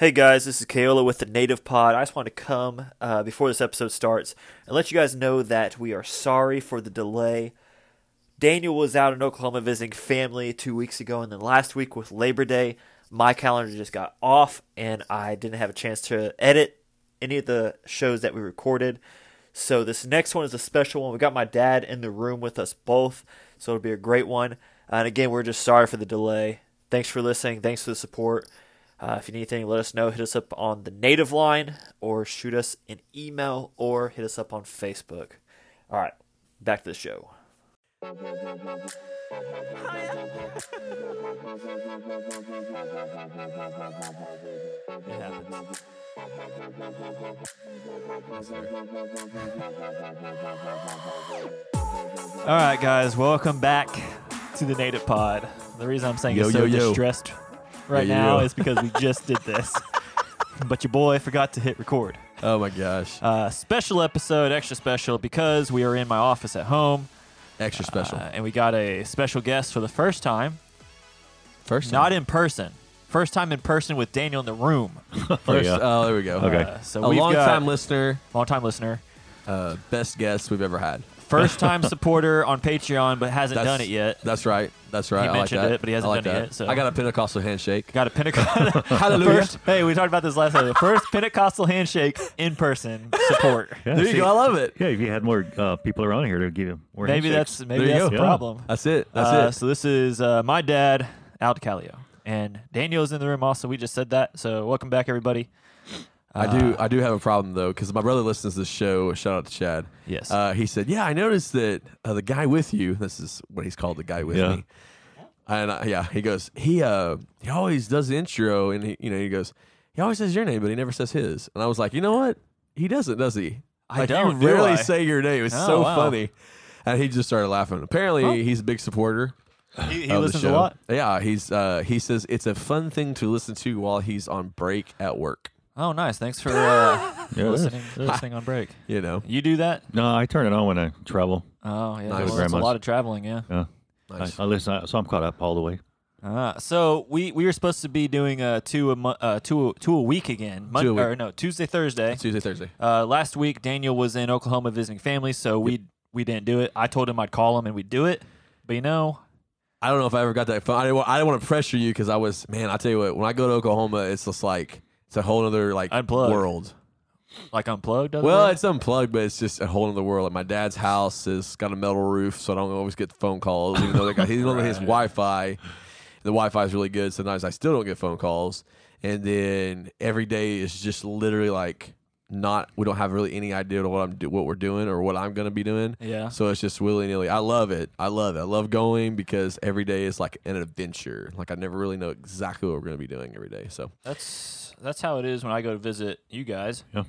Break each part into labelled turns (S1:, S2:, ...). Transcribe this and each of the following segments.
S1: Hey guys, this is Kaola with the Native Pod. I just want to come uh, before this episode starts and let you guys know that we are sorry for the delay. Daniel was out in Oklahoma visiting family two weeks ago, and then last week with Labor Day, my calendar just got off, and I didn't have a chance to edit any of the shows that we recorded. So this next one is a special one. We got my dad in the room with us both, so it'll be a great one. Uh, And again, we're just sorry for the delay. Thanks for listening. Thanks for the support. Uh, if you need anything, let us know. Hit us up on the native line, or shoot us an email, or hit us up on Facebook. All right, back to the show. It happens. All right, guys, welcome back to the Native Pod. The reason I'm saying
S2: Yo,
S1: it's so
S2: yo, yo.
S1: distressed right
S2: Yo, yo,
S1: now
S2: yo.
S1: is because we just did this, but your boy forgot to hit record.
S2: Oh my gosh.
S1: Uh, special episode, extra special, because we are in my office at home,
S2: Extra special.
S1: uh, and we got a special guest for the first time,
S2: First
S1: not
S2: time.
S1: in person. First time in person with Daniel in the room.
S2: First,
S3: yeah.
S2: oh, there we go.
S3: Okay.
S1: Uh, so
S2: a
S1: we've
S2: long
S1: got
S2: time listener,
S1: long time listener,
S2: uh, best guest we've ever had.
S1: first time supporter on Patreon, but hasn't
S2: That's,
S1: done it yet.
S2: That's right. That's right.
S1: He
S2: I like
S1: mentioned
S2: that.
S1: it, but he hasn't
S2: I like
S1: done it
S2: that.
S1: yet, so-
S2: I got a Pentecostal handshake.
S1: Got a Pentecostal.
S2: Hallelujah.
S1: First, hey, we talked about this last time. The first Pentecostal handshake in person support.
S3: Yeah,
S2: there you
S3: see-
S2: go. I love it.
S3: Yeah, if you had more uh, people around here to give you more
S1: Maybe
S3: handshakes.
S1: that's maybe
S2: There you
S1: that's
S2: go.
S1: the
S3: Yeah.
S1: problem.
S2: That's it. That's
S1: Uh,
S2: it.
S1: So this is uh, my dad, Al DiCalio, and Daniel's in the room. Also, we just said that. So welcome back, everybody.
S2: I do.
S1: Uh,
S2: I do have a problem though, because my brother listens to this show. Shout out to Chad.
S1: Yes.
S2: Uh, he said, "Yeah, I noticed that uh, the guy with you. This is what he's called, the guy with
S3: Yeah.
S2: me." And I, yeah, he goes. He uh, he always does the intro, and he, you know, he goes. He always says your name, but he never says his. And I was like, you know what? He doesn't, does he?
S1: I
S2: Like,
S1: don't,
S2: You
S1: do
S2: rarely
S1: I?"
S2: say your name. It's
S1: Oh,
S2: so
S1: wow.
S2: funny. And he just started laughing. Apparently, he's a big supporter.
S1: He, he
S2: of the
S1: listens a
S2: show.
S1: lot.
S2: Yeah, he's uh, he says it's a fun thing to listen to while he's on break at work.
S1: Oh, nice. Thanks for uh,
S3: Yeah, there's-
S1: listening. Listening on break.
S2: You know.
S1: You do that?
S3: No, I turn it on when I travel.
S1: Oh, yeah.
S2: Nice.
S1: Well, that's a
S3: Grandma's.
S1: lot of traveling. Yeah.
S3: Yeah,
S2: Nice.
S3: I, I listen, so I'm caught up all the way.
S1: Uh, so we, we were supposed to be doing uh, two a mo- uh, two two a week again. Mon-
S2: Two a week.
S1: Or no, Tuesday Thursday.
S2: Tuesday, Thursday.
S1: Uh, last week Daniel was in Oklahoma visiting family, so we we didn't do it. I told him I'd call him and we'd do it, but you know,
S2: I don't know if I ever got that phone. I didn't, wa- I didn't want to pressure you because I was, man, I tell you what, when I go to Oklahoma, it's just like, it's a whole other like
S1: Unplugged.
S2: world.
S1: like unplugged. other
S2: Well,
S1: than-
S2: it's unplugged, but it's just a whole other world. Like my dad's house has got a metal roof, so I don't always get phone calls, even though they got, even though his Wi Fi, the Wi Fi is really good. Sometimes I still don't get phone calls. And then every day is just literally like, not we don't have really any idea what I'm do, what we're doing or what I'm gonna be doing.
S1: Yeah.
S2: So it's just willy nilly. I love it. I love it. I love going because every day is like an adventure. Like I never really know exactly what we're gonna be doing every day. So
S1: that's that's how it is when I go to visit you guys.
S3: Yeah.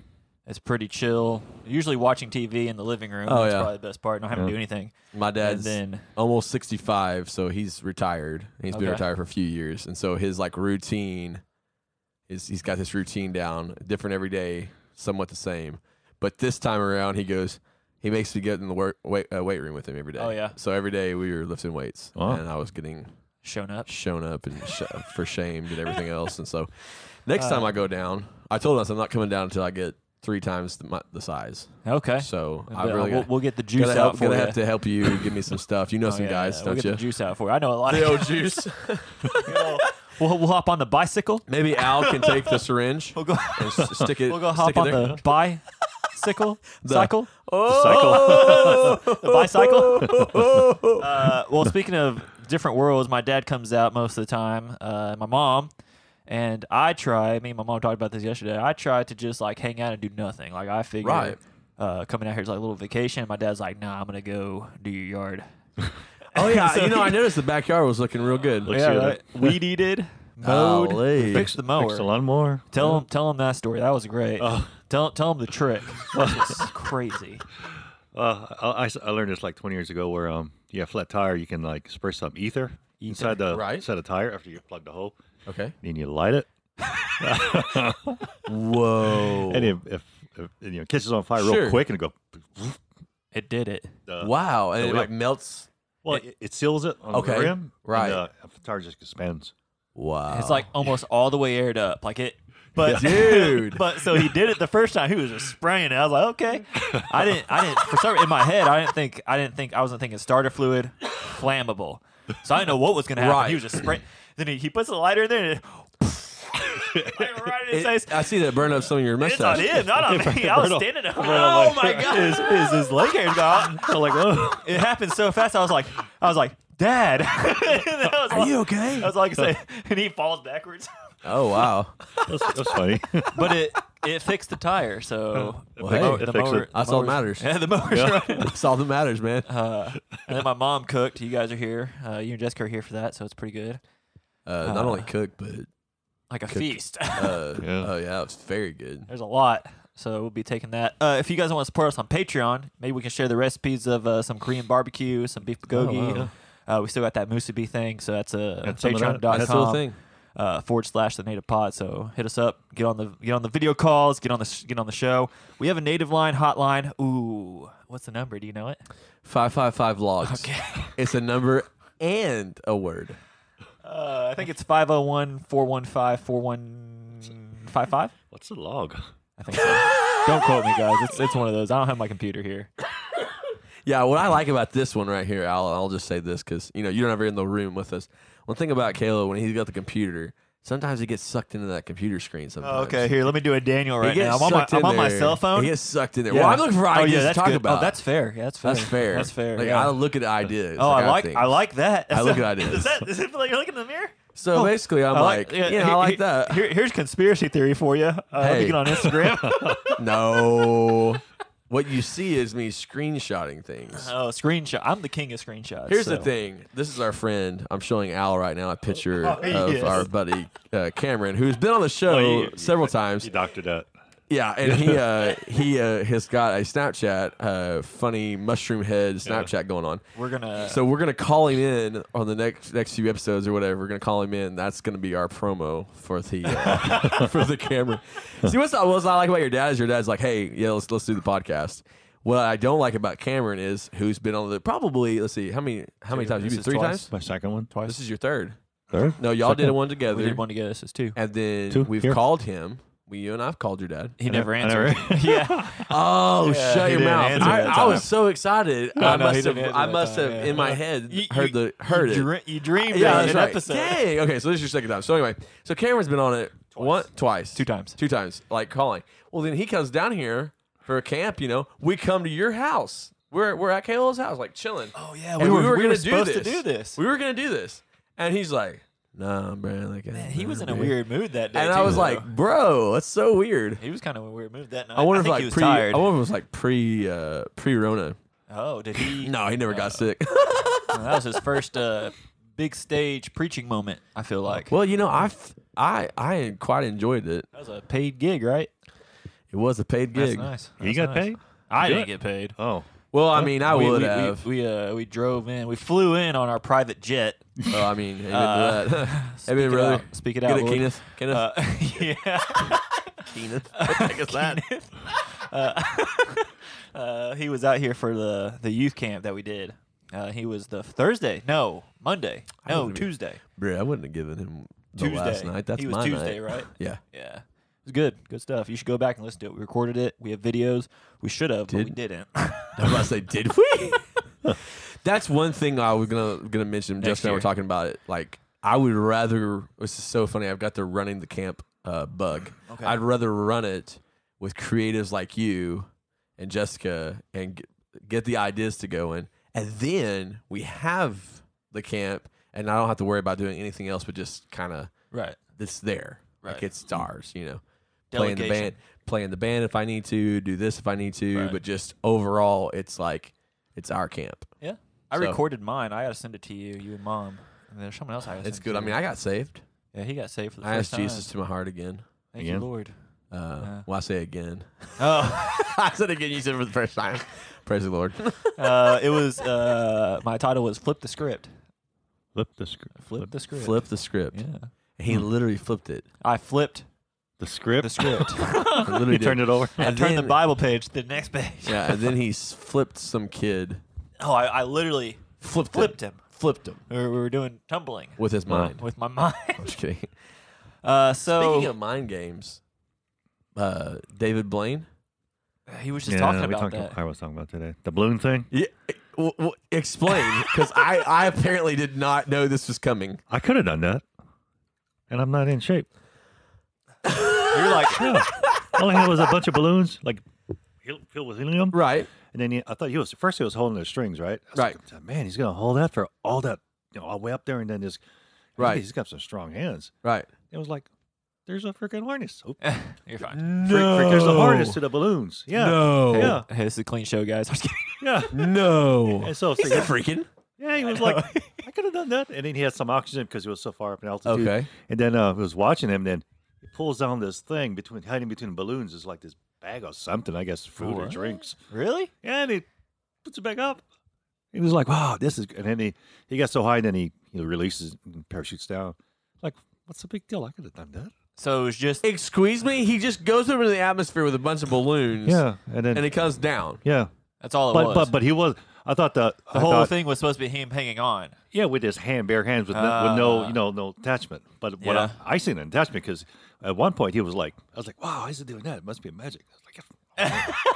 S1: It's pretty chill. Usually watching TV in the living room.
S2: Oh,
S1: that's
S2: yeah.
S1: probably the best part. Not having to do anything.
S2: my
S1: And
S2: dad's
S1: then
S2: almost 65 so he's retired He's
S1: Okay.
S2: been retired for a few years and so his like routine is he's got this routine down different every day somewhat the same but this time around he goes he makes me get in the work, weight, uh, weight room with him every day
S1: Oh, yeah.
S2: so every day we were lifting weights
S3: Wow.
S2: and i was getting
S1: shown up.
S2: shown up and sh- for shamed and everything else and so next time i
S1: Uh.
S2: go down i told us i'm not coming down until i get three times the, my, the size
S1: Okay.
S2: so i
S1: But, uh,
S2: really
S1: we'll,
S2: gotta-
S1: we'll get the juice
S2: gonna,
S1: out
S2: help,
S1: for
S2: gonna
S1: you.
S2: have to help you give me some stuff you know
S1: Oh,
S2: some
S1: yeah,
S2: guys
S1: yeah,
S2: don't
S1: we'll get
S2: you
S1: the juice out for you. I know a lot.
S2: the
S1: of
S2: old juice.
S1: We'll, we'll hop on the bicycle.
S2: Maybe Al can take the syringe
S1: We'll go.
S2: and s- stick it.
S1: We'll go
S2: stick
S1: hop
S2: it
S1: on
S2: there.
S1: the bicycle.
S2: The-
S1: cycle.
S2: Oh,
S1: the bicycle. uh, well, speaking of different worlds, my dad comes out most of the time. Uh, my mom and I try. Me and my mom talked about this yesterday. I try to just like hang out and do nothing. Like I figure,
S2: Right.
S1: uh, coming out here is like a little vacation. My dad's like, "Nah, I'm gonna go do your yard."
S2: oh yeah,
S1: So
S2: you know
S1: he-
S2: I noticed the backyard was looking real good.
S3: Looks-
S1: yeah,
S3: good.
S1: right. weed eated, mowed,
S2: Golly.
S1: fixed the mower.
S3: Fixed a lawnmower.
S1: Tell him, tell him that story. That was great. Tell, tell him the trick. It's Oh. crazy.
S3: Uh, I, I s- I learned this like 20 years ago where um, you have a flat tire, you can like spray some ether, inside the
S2: Right.
S3: inside the tire after you plug the hole,
S2: Okay.
S3: and you light it,
S2: Whoa.
S3: and if, if, if it, you know catches on fire
S2: Sure.
S3: real quick and it go.
S1: It did it.
S3: Uh,
S2: wow, and it
S3: we-
S2: like melts.
S3: Well, it, it seals it on
S2: Okay,
S3: the rim,
S2: right.
S3: And, uh, the tire just expands.
S2: Wow.
S1: Oh. It's like almost all the way aired up. Like it But
S2: Dude.
S1: but so he did it the first time. He was just spraying it. I was like, okay. I didn't. I didn't. For some in my head, I didn't think. I didn't think. I wasn't thinking starter fluid, flammable. So I didn't know what was gonna happen.
S2: Right.
S1: He was just spraying. Then he, he puts a lighter in there. And it, like right in his face.
S2: It- I see that burn up some of your
S1: It's on
S2: mustache.
S1: him, not on me. I was
S3: Brutal.
S1: standing there.
S3: Brutal,
S1: Oh
S3: like-
S1: my god! His, his, his leg hair's gone.
S3: I'm like, whoa.
S1: It happened so fast. I was like, I was like, Dad. And I was
S2: Are
S1: like-
S2: you okay?
S1: I was like, say, and he falls backwards.
S2: Oh wow.
S3: That's, that's funny.
S1: But it it fixed the tire, so
S2: Well, hey,
S1: mower-
S3: it fixed it.
S2: That's all that
S1: mower's-
S2: matters.
S1: Yeah, the mower's running.
S2: That's all that matters, man.
S1: Uh, and then my mom cooked. You guys are here. Uh, you and Jessica are here for that, so it's pretty good.
S2: Uh, not only cook, but
S1: Like a
S2: Cooked.
S1: feast.
S2: uh,
S3: Yeah.
S2: oh yeah, it was very good.
S1: There's a lot, so we'll be taking that. Uh, if you guys want to support us on Patreon, maybe we can share the recipes of uh, some Korean barbecue, some beef bulgogi.
S2: Oh, wow.
S1: Uh, we still got that musubi thing, so that's uh, a
S3: That's some of that.
S1: patreon.com
S2: That's the whole thing.
S1: uh, forward slash the native pod. So hit us up, get on the get on the video calls, get on the sh- get on the show. We have a native line hotline. Ooh, what's the number? Do you know it?
S2: Five five five logs. It's a number and a word.
S1: Uh, I think it's 501-415-4155.
S3: What's the log?
S1: I think so. Don't quote me, guys. It's it's one of those. I don't have my computer here.
S2: Yeah, what I like about this one right here, Al, I'll just say this because you know you're never in the room with us. One thing about Caleb when he's got the computer, sometimes he gets sucked into that computer screen. Sometimes.
S1: Oh, Okay, here, let me do a Daniel
S2: He
S1: right
S2: gets
S1: now. I'm on my
S2: sucked
S1: I'm
S2: in
S1: on my
S2: there.
S1: cell phone.
S2: He gets sucked in there.
S1: Yeah.
S2: Well, I'm looking for
S1: oh,
S2: ideas
S1: yeah,
S2: to
S1: that's
S2: talk
S1: good.
S2: about.
S1: Oh, that's fair. Yeah, that's fair.
S2: That's fair.
S1: That's fair.
S2: Like,
S1: yeah.
S2: I look at ideas.
S1: oh, I like
S2: things.
S1: I like that.
S2: I look at ideas.
S1: Does that does it feel like you're looking in the mirror?
S2: So basically, I'm like,
S1: yeah,
S2: you know,
S1: he-
S2: I
S1: he-
S2: like that.
S1: Here, here's conspiracy theory for you. Uh,
S2: Hey.
S1: hey. get on Instagram.
S2: no, what you see is me screenshotting things.
S3: Uh-huh.
S1: oh, screenshot. I'm the king of screenshots.
S2: Here's the
S1: so.
S2: thing. This is our friend. I'm showing Al right now a picture
S1: Oh,
S2: of
S1: yes.
S2: our buddy uh, Cameron, who's been on the show
S3: Oh, you-
S2: several times.
S3: You doctored that.
S2: Yeah, and he uh, he uh, has got a Snapchat, uh, funny mushroom head Snapchat going on.
S1: We're gonna.
S2: So we're gonna call him in on the next next few episodes or whatever. We're gonna call him in. That's gonna be our promo for the uh, for the camera. See what's what's I like about your dad is your dad's like, hey, yeah, let's let's do the podcast. What I don't like about Cameron is who's been on the probably let's see how many how many
S1: Dude,
S2: times you've
S1: this
S2: been
S1: is
S2: three
S1: twice.
S2: times.
S3: My second one.
S2: This is your third.
S3: Third?
S2: No, y'all did one together,
S1: we did one together. This is two.
S2: and then
S3: Two,
S2: we've
S3: here.
S2: called him. We, you and I've called your dad.
S1: He
S3: I
S1: never
S3: never- I
S1: answered. yeah.
S2: Oh, shut
S1: he
S2: your
S1: didn't
S2: mouth!
S1: answer
S2: I,
S1: that
S2: I
S1: time.
S2: was so excited. I
S1: no, he
S2: must have.
S1: didn't answer
S2: I
S1: that
S2: must
S1: time,
S2: have
S1: yeah. Uh,
S2: in my head
S1: You-
S2: heard
S1: you-
S2: the heard it.
S1: you, dre- you dreamed
S2: Yeah,
S1: that
S2: that's
S1: in an
S2: right.
S1: episode.
S2: Dang. Okay, so this is your second time. So anyway, so Cameron's been on it one, twice,
S1: Two times.
S2: two times, like calling. Well, then he comes down here for a camp. You know, we come to your house. We're we're at Kayla's house, like chilling.
S1: Oh yeah,
S2: And
S1: we were, we
S2: gonna
S1: were supposed to do this.
S2: We were gonna do this, and he's like, "Nah, bro." Like,
S1: he was in a weird mood that day.
S2: And I
S1: too,
S2: was
S1: though.
S2: like, "Bro, that's so weird."
S1: he was kind of in a weird mood that night.
S2: I wonder if
S1: think
S2: like
S1: he was
S2: pre.
S1: tired.
S2: I wonder if it was like pre uh, pre Rona.
S1: oh, did he? Uh,
S2: No, he never got sick.
S1: that was his first uh, big stage preaching moment. I feel like
S2: well, you know, I f- I I quite enjoyed it.
S1: that was a paid gig, right?
S2: It was a paid
S1: That's
S2: gig.
S1: nice.
S3: He
S1: That's
S3: got
S1: nice.
S3: paid?
S1: I
S3: Do
S1: didn't
S3: it.
S1: get paid.
S3: Oh.
S2: Well, I mean, I
S1: we,
S2: would
S1: we,
S2: have.
S1: We, we, uh, we drove in. We flew in on our private jet.
S2: well, I mean, amen
S1: Uh,
S2: to that.
S1: speak
S2: amen,
S1: it
S2: brother.
S1: out. Speak it
S2: Get
S1: out,
S2: it,
S1: Lord.
S2: Kenneth. Kenneth.
S1: Uh, yeah.
S2: Kenneth. What the heck is that?
S1: Uh, he was out here for the, the youth camp that we did. Uh, he was the Thursday. No, Monday. No,
S2: wouldn't be-
S1: Tuesday.
S2: Bro, I wouldn't have given him the
S1: Tuesday.
S2: last night. That's
S1: he was
S2: my
S1: Tuesday,
S2: night.
S1: right?
S2: Yeah.
S1: Yeah. It was good. Good stuff. You should go back and listen to it. We recorded it. We have videos. We should have, but we
S2: Did-
S1: didn't.
S2: I was about to say, did we? That's one thing I was gonna gonna mention.
S1: Next
S2: Just now we're
S1: year.
S2: talking about it. Like I would rather. This is so funny. I've got the running the camp uh, bug.
S1: Okay.
S2: I'd rather run it with creatives like you and Jessica and get, get the ideas to go in, and then we have the camp, and I don't have to worry about doing anything else, but just kind of
S1: right.
S2: it's there. Like
S1: Right.
S2: it's stars, you know. Playing the band
S1: Delegation.
S2: playing the band if I need to, do this if I need to,
S1: Right.
S2: but just overall it's like it's our camp.
S1: Yeah. I
S2: So-
S1: recorded mine. I got to send it to you, you and mom. And there's someone else I gotta
S2: It's
S1: send
S2: good.
S1: to
S2: I mean I got saved.
S1: yeah, he got saved for the
S2: I
S1: first
S2: asked
S1: time.
S2: Jesus to my heart again.
S1: Thank
S3: Again?
S1: you, Lord.
S2: Uh well I say again.
S1: Oh,
S2: I said again you said it for the first time. Praise the Lord.
S1: uh, it was uh, my title was flip the script.
S3: Flip the script.
S1: Flip the script.
S2: Flip the script.
S1: Yeah.
S2: He literally flipped it.
S1: I flipped
S3: The script.
S1: the script.
S2: He
S1: I
S2: literally
S3: you
S2: did.
S3: turned it over.
S2: And
S1: turned the
S2: then-
S1: Bible page to the next page.
S2: Yeah, and then he s- flipped some kid.
S1: Oh, I, I literally
S2: Flipped
S1: flipped
S2: him.
S1: him.
S2: Flipped him
S1: We were, we were doing tumbling
S2: with his
S3: Wow.
S2: mind.
S1: with my mind.
S2: I'm just kidding.
S1: Uh, so
S2: Speaking of mind games, uh, David Blaine.
S1: Uh, He was just talking
S3: we
S1: about
S3: talked-
S1: that.
S3: I was talking about today the balloon thing.
S2: Yeah, w- w- explain because I, I apparently did not know this was coming.
S3: I could have done that, and I'm not in shape.
S1: You're like,
S3: Yeah. All I had was a bunch of balloons, like hel- filled with helium.
S2: Right.
S3: And then he, I thought he was first. He was holding the strings, right? I was
S2: Right.
S3: like, Man, he's gonna hold that for all that, you know, all the way up there, and then just
S2: Right.
S3: He's got some strong hands.
S2: Right.
S3: It was like, there's a freaking harness. Oh,
S1: you're fine.
S2: No.
S3: freak, freak, there's a harness to the balloons. Yeah,
S2: No.
S3: Yeah.
S1: Hey, this is a clean show, guys. I'm just kidding.
S3: yeah.
S2: No.
S3: And so, so
S2: He's
S3: yeah,
S2: not freaking.
S3: yeah, he was like, I could have done that. And then he had some oxygen because he was so far up in altitude.
S2: Okay.
S3: And then uh, I was watching him. Then he pulls down this thing between hiding between balloons. It's like this bag of something, I guess, food or
S1: What?
S3: drinks.
S1: Really?
S3: And he puts it back up. He was like, "Wow, this is." And then he he got so high, and then he he releases and parachutes down. Like, what's the big deal? I could have done that.
S1: So it was just
S2: Excuse me. He just goes over to the atmosphere with a bunch of balloons.
S3: Yeah, and then
S2: And it comes down.
S3: yeah,
S1: that's all it
S3: but
S1: was.
S3: but but he was. I thought the,
S1: the
S3: I
S1: whole
S3: thought-
S1: thing was supposed to be him hanging on.
S3: Yeah, with his hand, bare hands, with, no, with no, you know, no attachment. But what
S1: Uh. Yeah.
S3: I, I seen an attachment because at one point he was like, I was like, wow, he's doing that. It must be magic. I was like, "Yeah,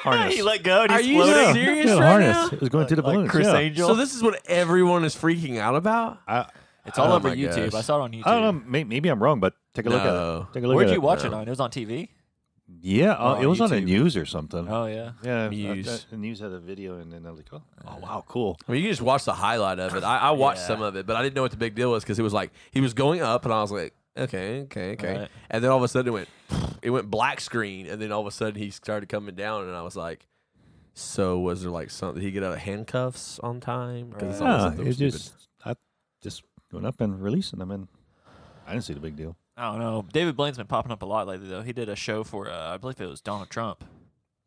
S3: harness.
S1: He let go and
S2: Are
S1: he's
S2: you
S1: floating.
S2: serious?
S3: yeah,
S2: right
S3: harness.
S2: now?
S3: It was going to the
S1: Like
S3: balloons.
S1: Chris
S3: yeah.
S1: Angel.
S2: So this is what everyone is freaking out about.
S3: I,
S1: it's all
S2: Oh
S1: over
S2: my
S1: YouTube.
S2: gosh.
S1: I saw it on YouTube.
S3: I don't know. May, maybe I'm wrong, but take a look
S2: No.
S3: at it. Take a look
S1: Where'd
S3: at
S1: you
S3: it.
S1: watch it on? It was on TV.
S3: Yeah, uh,
S1: Oh,
S3: it was on the
S1: YouTube.
S3: news or something.
S1: Oh yeah.
S3: yeah, I-
S2: News.
S3: the news had a video, and then I was like, oh, oh, wow, cool.
S2: I mean, you can just watch the highlight of it. I, I watched
S1: Yeah.
S2: some of it, but I didn't know what the big deal was because it was like he was going up, and I was like, okay, okay, okay,
S1: Right.
S2: and then all of a sudden it went, it went black screen, and then all of a sudden he started coming down, and I was like, so was there like something? Did he get out of handcuffs on time? Because it's always
S3: Yeah,
S2: something
S3: it
S2: stupid.
S3: just, I just going up and releasing them, and I didn't see the big deal.
S1: I don't know. David Blaine's been popping up a lot lately though. He did a show for uh, I believe it was Donald Trump.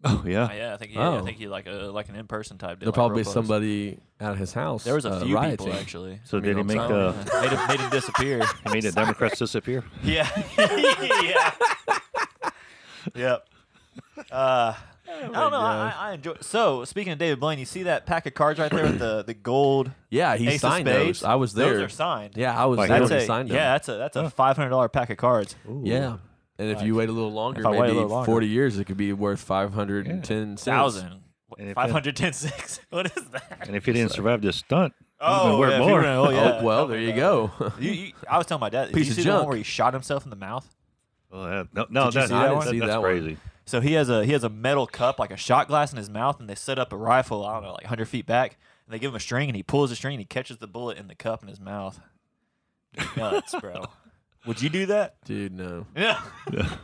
S3: Oh yeah,
S1: Uh, yeah, I think he, I
S2: Oh.
S1: think he like a like an in person type. Did,
S2: there'll
S1: like,
S2: probably
S1: real
S2: be
S1: photos.
S2: somebody out of his house.
S1: There was a
S2: uh,
S1: few
S2: rioting.
S1: people actually.
S3: So
S2: mean,
S3: did he
S2: I'm
S3: make
S1: So,
S3: uh,
S1: yeah. made him made him disappear.
S3: he made the Democrats disappear?
S1: Yeah. yeah. yep. Uh,
S2: Oh
S1: I don't know. I, I I enjoy. So speaking of David Blaine, you see that pack of cards right there with the the gold.
S2: Yeah, he
S1: Ace of
S2: signed
S1: Spades?
S2: those. I was there.
S1: Those are signed.
S2: Yeah, I was
S3: Like,
S2: there
S1: That's
S2: when he
S1: a,
S2: signed them.
S1: yeah, that's a that's a five hundred dollar pack of cards.
S2: Yeah. And if you wait a little longer,
S1: If I wait a
S2: maybe
S1: little longer.
S2: 40 years, it could be worth 510 cents.
S1: Thousand.
S3: And if-
S1: Five hundred ten six. What is that?
S3: And if he didn't survive this stunt,
S1: Oh,
S3: worth
S1: yeah, if you
S3: more.
S1: were- oh, yeah.
S2: Oh, well, there you go.
S1: You, you, I was telling my dad. did
S2: Piece
S1: you
S2: of
S1: see the one
S2: junk.
S1: where he shot himself in the mouth?
S3: well, that- Oh, no, no,
S2: Did you
S3: that-
S2: see that
S3: that-
S2: one?
S3: that-
S2: See
S3: that's
S2: that one.
S3: crazy.
S1: So he has a he has a metal cup like a shot glass in his mouth, and they set up a rifle. I don't know, like hundred feet back, and they give him a string, and he pulls the string, and he catches the bullet in the cup in his mouth. Nuts, bro. Would you do that?
S2: Dude, no.
S1: Yeah.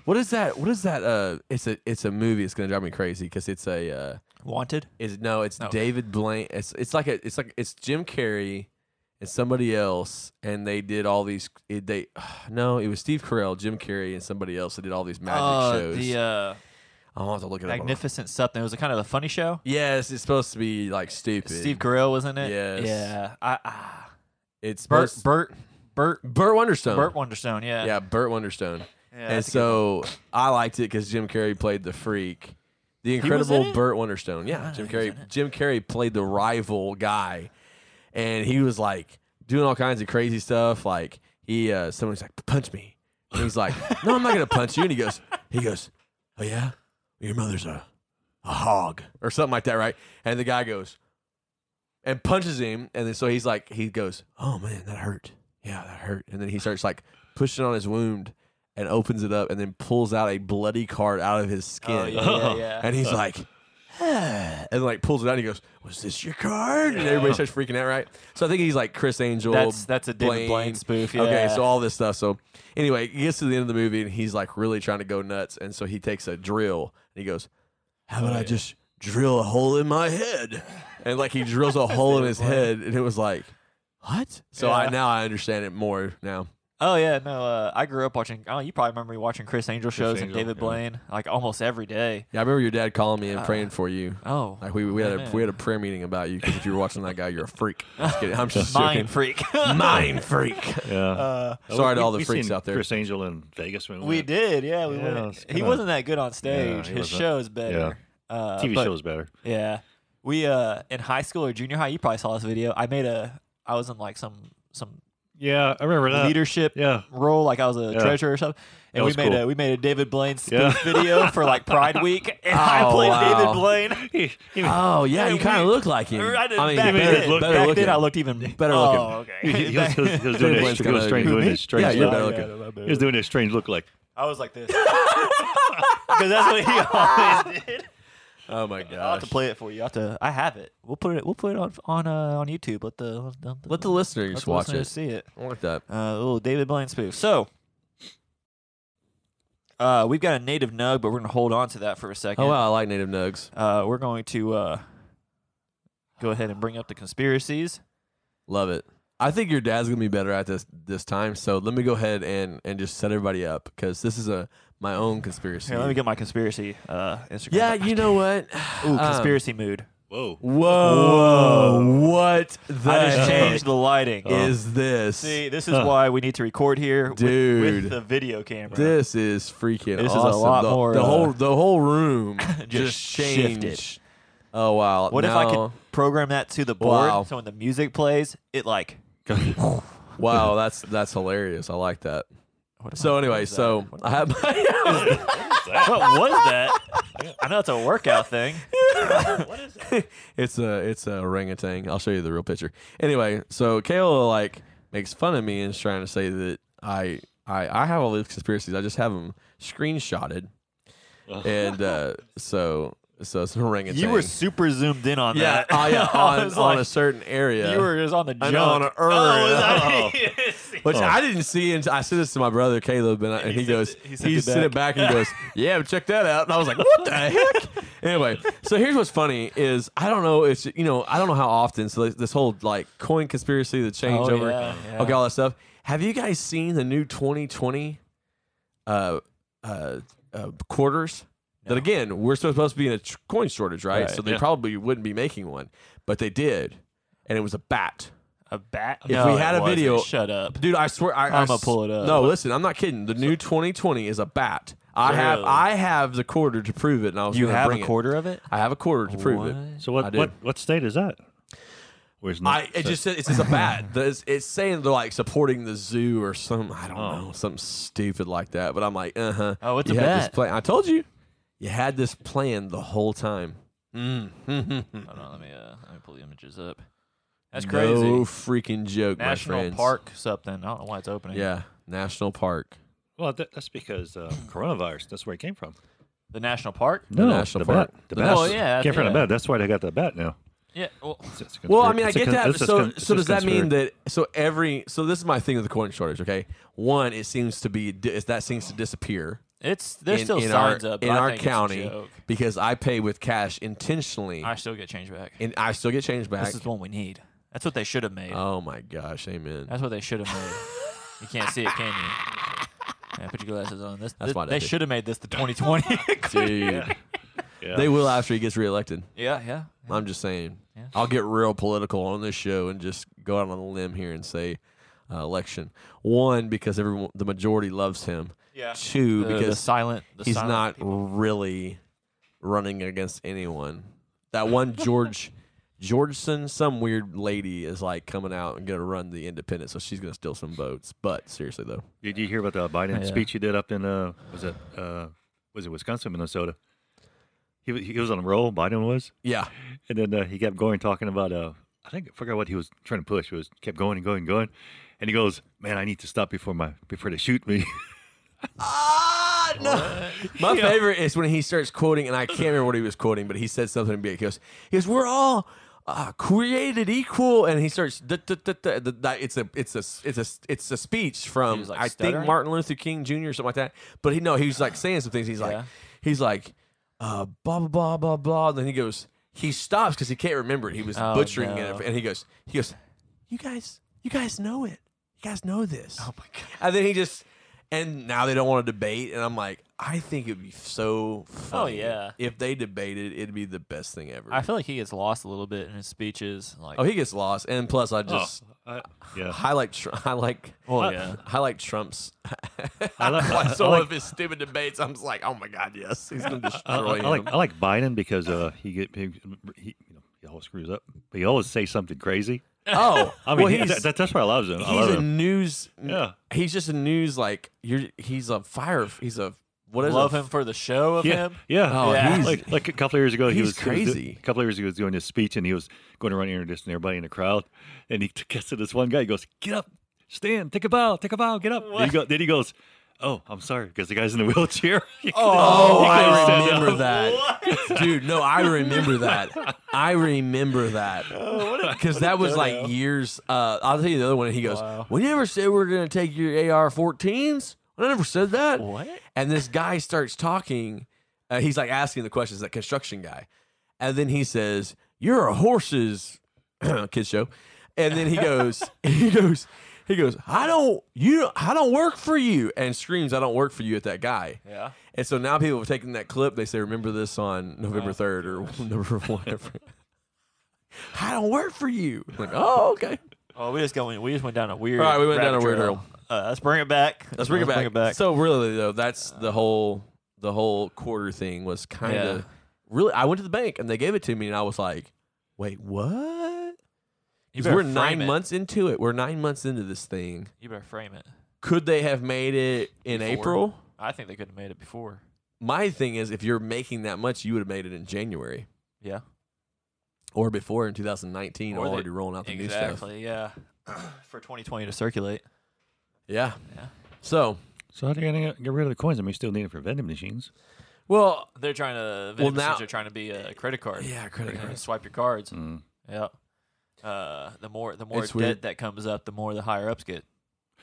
S2: What is that? What is that? Uh, it's a it's a movie. It's gonna drive me crazy because it's a uh,
S1: Wanted.
S2: is no, it's
S1: No.
S2: David Blaine. It's it's like a it's like it's Jim Carrey and somebody else, and they did all these. It, they no, it was Steve Carell, Jim Carrey, and somebody else that did all these magic
S1: Uh,
S2: shows.
S1: the uh,
S2: I'll have to look it up. on-
S1: magnificent something. It was a kind of a funny show.
S2: Yes, it's supposed to be like stupid.
S1: Steve Carell was in it.
S2: Yes.
S1: Yeah. I, ah.
S2: It's
S1: Bert.
S2: supposed-
S1: Bert. Bert.
S2: Burt Wonderstone.
S1: Bert Wonderstone. Yeah.
S2: Oh. yeah, Burt Wonderstone. and
S1: that's a good
S2: so I liked it because Jim Carrey played the freak, the
S1: was in
S2: incredible
S1: it? Ah,
S2: Burt Wonderstone. Yeah, Jim Carrey. Jim Carrey played the rival guy, and he was like doing all kinds of crazy stuff. Like he, uh, someone's like, "Punch me," and he's like, "No, I'm not gonna punch you." And he goes, "He goes, oh yeah, your mother's a a hog or something like that, right?" And the guy goes and punches him, and then so he's like, he goes, "Oh man, that hurt. Yeah, that hurt." And then he starts like pushing on his wound and opens it up, and then pulls out a bloody card out of his skin.
S1: Oh, yeah, yeah, yeah.
S2: And he's like, "Ah," and like pulls it out. and He goes, "Was this your card?" And everybody starts freaking out, right? So I think he's like Chris Angel.
S1: That's- that's a David Blaine spoof,
S2: Okay,
S1: yeah.
S2: so all this stuff. So anyway, he gets to the end of the movie, and he's like really trying to go nuts, and so he takes a drill and he goes, "How about I just drill a hole in my head?" And like he drills a hole in his head, and it was like, "What?" So I
S1: Yeah.
S2: now I understand it more now.
S1: Oh yeah, no. Uh, I grew up watching. Oh, you probably remember me watching Chris Angel shows and
S3: Angel,
S1: David
S3: yeah.
S1: Blaine like almost every day.
S2: Yeah, I remember your dad calling me and praying for you.
S1: Oh,
S2: Like we, we had a
S1: Amen.
S2: we had a prayer meeting about you because if you were watching that guy, you're a freak. I'm just kidding. I'm just
S1: mind
S2: joking.
S1: freak.
S2: Mind freak.
S3: Yeah.
S1: Uh,
S2: Sorry to
S3: We-
S2: all the
S3: we
S2: freaks
S3: seen
S2: out there.
S3: Chris Angel in Vegas. When
S1: we
S3: went.
S1: did, yeah. We
S3: Yeah,
S1: went.
S3: it's
S1: he
S3: kinda-
S1: wasn't that good on stage.
S3: he
S1: His
S3: wasn't.
S1: show's better. Uh,
S3: TV
S1: but-
S3: show's better.
S1: Yeah, we uh in high school or junior high, you probably saw this video. I made a. I was in like some some
S3: Yeah, I remember that.
S1: leadership
S3: Yeah.
S1: role, like I was a
S3: Yeah.
S1: treasurer or something. And we
S3: was
S1: made
S3: cool.
S1: a we made a David Blaine speech
S3: Yeah.
S1: video for like Pride Week, and I
S2: Oh,
S1: played
S2: wow.
S1: David Blaine.
S3: He- he-
S2: Oh yeah,
S1: Yeah,
S2: you kind of
S1: we-
S2: look like him.
S1: Right,
S2: I mean,
S1: back
S3: better-
S1: then,
S3: look-
S2: better
S1: back
S2: looking.
S1: then I looked even
S2: Better looking.
S1: Oh,
S3: he-
S1: okay.
S3: he was- he was he was
S2: David
S3: doing that
S2: Blaine's
S3: he was
S2: kinda
S3: strange- doing
S2: ugly.
S3: this strange
S2: Yeah, you're
S3: look.
S2: better
S1: Yeah,
S2: looking.
S1: yeah, yeah,
S3: He was doing this strange look like
S1: I was like this because that's what he always did.
S2: Oh
S1: I'll
S2: my
S1: have
S2: gosh.
S1: to play it for you. I have to. I have it. We'll put it. We'll put it on on uh, on YouTube. Let the let the,
S2: Let the listeners
S1: let the
S2: watch
S1: listeners
S2: it.
S1: see it.
S2: I like that.
S1: Uh, oh, David Blaine spoof. So, uh, we've got a native nug, but we're gonna hold on to that for a second.
S2: Oh wow, I like native nugs.
S1: Uh, we're going to uh, go ahead and bring up the conspiracies.
S2: Love it. I think your dad's gonna be better at this this time. So let me go ahead and and just set everybody up because this is a my own conspiracy.
S1: Here, let me get my conspiracy uh, Instagram.
S2: yeah, you know what?
S1: Ooh,
S2: Um,
S1: conspiracy mood.
S3: Whoa.
S2: Whoa, what the
S1: I just
S2: heck
S1: changed the lighting.
S2: is this?
S1: Uh, See, this is why we need to record here with- with,
S2: Dude.
S1: the video camera.
S2: This is freaking
S1: This is a
S2: awesome.
S1: lot
S2: the,
S1: more,
S2: the
S1: uh,
S2: whole the whole room just, changed.
S1: shifted.
S2: Oh wow.
S1: What if I
S2: Now-
S1: could program that to the board
S2: Wow.
S1: so when the music plays, it like.
S2: Wow, that's that's hilarious. I like that.
S1: What if
S2: So
S1: I-
S2: anyway,
S1: what is that?
S2: so
S1: What-
S2: I have my
S1: what was that? I know it's a workout thing.
S2: it's a it's a orangutan. I'll show you the real picture. Anyway, so Kayla like makes fun of me and is trying to say that I I I have all these conspiracies. I just have them screenshotted, and uh, so so it's an orangutan.
S1: You were super zoomed in on
S2: yeah,
S1: that.
S2: oh, yeah
S1: I
S2: on,
S1: was
S2: on
S1: like,
S2: a certain area.
S1: You were just on the
S2: and
S1: jump.
S2: on an area,
S3: Oh.
S2: which I didn't see. And I sent this to my brother Caleb, and, I, and he,
S1: he sent
S2: goes,
S1: it-
S2: he,
S1: he sent it
S2: sent it back, and he goes, yeah, but check that out. And I was like, what the heck? Anyway, so here's what's funny is I don't know. It's you know I don't know how often. So this- this whole like coin conspiracy, the changeover,
S1: Oh, yeah, yeah.
S2: okay, all that stuff. Have you guys seen the new 2020 uh, uh, uh, quarters? That again, we're supposed to be in a tr- coin shortage, right?
S1: Right,
S2: so they probably wouldn't be making one, but they did, and it was a bat.
S1: a bat.
S2: If we had a video-
S1: shut up.
S2: Dude, I swear, I,
S1: I'ma pull it up.
S2: No, listen, I'm not kidding. The new 2020 is a bat. I have
S1: Really?
S2: I have the quarter to prove it, and I was
S1: You
S2: gonna
S1: have
S2: bring
S1: a
S2: it.
S1: quarter of it.
S2: I have a quarter to prove it.
S3: So
S2: I
S3: what,
S2: do.
S3: what what state is that? Where's not?
S2: I it just said- it's just a bat. The- It's, it's saying they're like supporting the zoo or some I don't know something stupid like that. But I'm like, uh huh.
S1: Oh, it's
S2: you
S1: a
S2: had This
S1: bat.
S2: plan. I told you, you had this plan the whole time. Mm.
S1: Hold on, let me uh, let me pull the images up. That's crazy.
S2: no freaking joke, my
S1: National
S2: friends.
S1: Park something. I don't know why it's opening.
S2: Yeah, national park.
S3: well, that, that's because uh, coronavirus. That's where it came from.
S1: The national park.
S3: No,
S2: national
S3: the
S2: park.
S3: bat. The
S2: The
S3: bat.
S1: national- Well, yeah,
S3: came from the
S1: yeah.
S3: bat. That's why they got the bat now.
S1: Yeah. Well,
S3: It's- it's a
S2: Well, I
S3: conspira-
S2: mean, I
S3: it's a
S2: get
S3: con-
S2: that.
S3: it's
S2: But
S3: a
S2: so,
S3: con- it's
S2: so
S3: a
S2: does that mean
S3: conspira-
S2: that? So every, so this is my thing with the coin shortage. Okay, one, it seems to be di- that seems to disappear
S1: it's there's
S2: in,
S1: still
S2: in
S1: signs
S2: our
S1: up but
S2: in
S1: I
S2: our
S1: think it's a
S2: county
S1: joke.
S2: because I pay with cash intentionally,
S1: I still get change back.
S2: and I still get change back.
S1: This is the one we need. That's what they should have made.
S2: oh my gosh, amen.
S1: That's what they should have made. you can't see it, can you? Yeah, put your glasses on. This,
S2: That's
S1: this-
S2: why
S1: they
S2: that-
S1: should have made this the 2020.
S2: Dude,
S3: Yeah.
S2: they will after he gets reelected.
S1: yeah, yeah.
S2: I'm just saying.
S1: Yeah.
S2: I'll get real political on this show and just go out on a limb here and say uh, election one because everyone the majority loves him.
S1: Yeah.
S2: Two
S1: The,
S2: because
S1: the silent. The
S2: he's
S1: silent
S2: not
S1: people.
S2: really running against anyone. That one George Georgeson, some weird lady is like coming out and gonna run the independent, so she's gonna steal some votes. But seriously though,
S3: Did you hear about the Biden
S1: Yeah.
S3: speech he did up in uh was it uh was it Wisconsin, Minnesota? He wa- he was on a roll. Biden was,
S2: yeah,
S3: and then uh, he kept going talking about uh I think I forgot what he was trying to push. It was kept going and going and going, and he goes, "Man, I need to stop before my before they shoot me."
S2: Ah, no. My favorite is when he starts quoting, and I can't remember what he was quoting, but he said something big. He goes, he goes "We're all uh, created equal," and he starts. da- da- da- da- da- da- It's a, it's a, it's a, it's a speech from
S1: was, like,
S2: I
S1: stuttering?
S2: think Martin Luther King Jr. or something like that. But he no, he was like saying some things. He's like,
S1: Yeah.
S2: he's like, uh, blah blah blah blah blah. Then he goes, he stops because he can't remember it. He was
S1: Oh,
S2: butchering
S1: no.
S2: it, and he goes, he goes, you guys, you guys know it. You guys know this. Oh my god! And then he just, and now they don't want to debate. And I'm like, I think it'd be so
S3: Oh,
S2: funny.
S1: yeah.
S2: If they debated, it'd be the best thing ever.
S1: I feel like he gets lost a little bit in his speeches. Like,
S2: oh, he gets lost. And plus, I just
S3: I, yeah,
S2: highlight, Tr- I like,
S1: well, yeah.
S2: highlight Trump's.
S3: Oh, I like, I,
S2: some
S3: I like,
S2: of his stupid debates. I'm just like, oh my god, yes, he's gonna
S3: I,
S2: destroy
S3: I
S2: him.
S3: like I like Biden because uh he get he, he, you know, he always screws up, but he always says something crazy.
S2: Oh,
S3: I mean,
S2: well,
S3: he-
S2: he's,
S3: that, that's why I love him. I
S2: he's
S3: love
S2: a
S3: him.
S2: news.
S3: Yeah.
S2: he's just a news like you're. He's a fire. He's a what is
S1: Love
S2: it?
S1: him for the show of
S3: Yeah,
S1: him.
S3: yeah.
S2: Oh,
S1: Yeah.
S2: he's
S3: like like a couple of years ago, he
S2: he's
S3: was he was do-
S2: crazy.
S3: a couple of years ago, he was doing his speech, and he was going around introducing everybody in the crowd, and he gets to this one guy. He goes, "Get up, stand, take a bow, take a bow, get up." Then he, go, then he goes, "Oh, I'm sorry," because the guy's in the wheelchair. He couldn't-
S2: Oh,
S3: he couldn't
S2: I
S3: stand
S2: remember
S3: up.
S2: that, dude. No, I remember that. I remember that because that was like years. Uh, I'll tell you the other one. And he goes, "We never said we were gonna take your AR-14s. I never said that."
S1: What?
S2: And this guy starts talking. Uh, he's like asking the questions. That construction guy, and then he says, "You're a horse's kids show," and then he goes, he goes. He goes, I don't, you, I don't work for you, and screams, "I don't work for you!" at that guy.
S1: Yeah.
S2: And so now people have taken that clip. They say, "Remember this on
S1: Oh,
S2: November third or November whatever." I don't work for you. I'm like, oh, okay.
S1: Oh, we just going. We just went down a weird.
S2: All right, we went down
S1: rabbit
S2: a weird
S1: trail.
S2: hole.
S1: Uh, let's bring it back.
S2: Let's bring it back.
S1: Bring it back.
S2: So really, though, that's the whole the whole quarter thing was kind of
S1: Yeah.
S2: really. I went to the bank and they gave it to me, and I was like, "Wait, what?"
S1: You
S2: 'Cause
S1: better
S2: we're
S1: frame
S2: nine
S1: it.
S2: months into it. We're nine months into this thing.
S1: You better frame it.
S2: Could they have made it in
S1: Before.
S2: April?
S1: I think they could have made it before.
S2: My thing is, if you're making that much, you would have made it in January.
S1: Yeah.
S2: or before in 2019
S1: Or they-
S2: already rolling out the new stuff.
S1: Exactly. Yeah. For 2020 to circulate.
S2: Yeah.
S1: Yeah.
S2: So,
S3: So how are they gonna get rid of the coins? I mean, you still need them for vending machines.
S2: well,
S1: They're trying to. Well,
S2: Well, now-
S1: now are trying to be a credit card.
S2: yeah,
S1: They're
S2: credit
S1: gonna
S2: cards.
S1: Swipe your cards.
S3: Mm.
S1: Yeah. Uh, the more the more
S2: It's
S1: debt
S2: weird.
S1: that comes up, the more the higher ups get.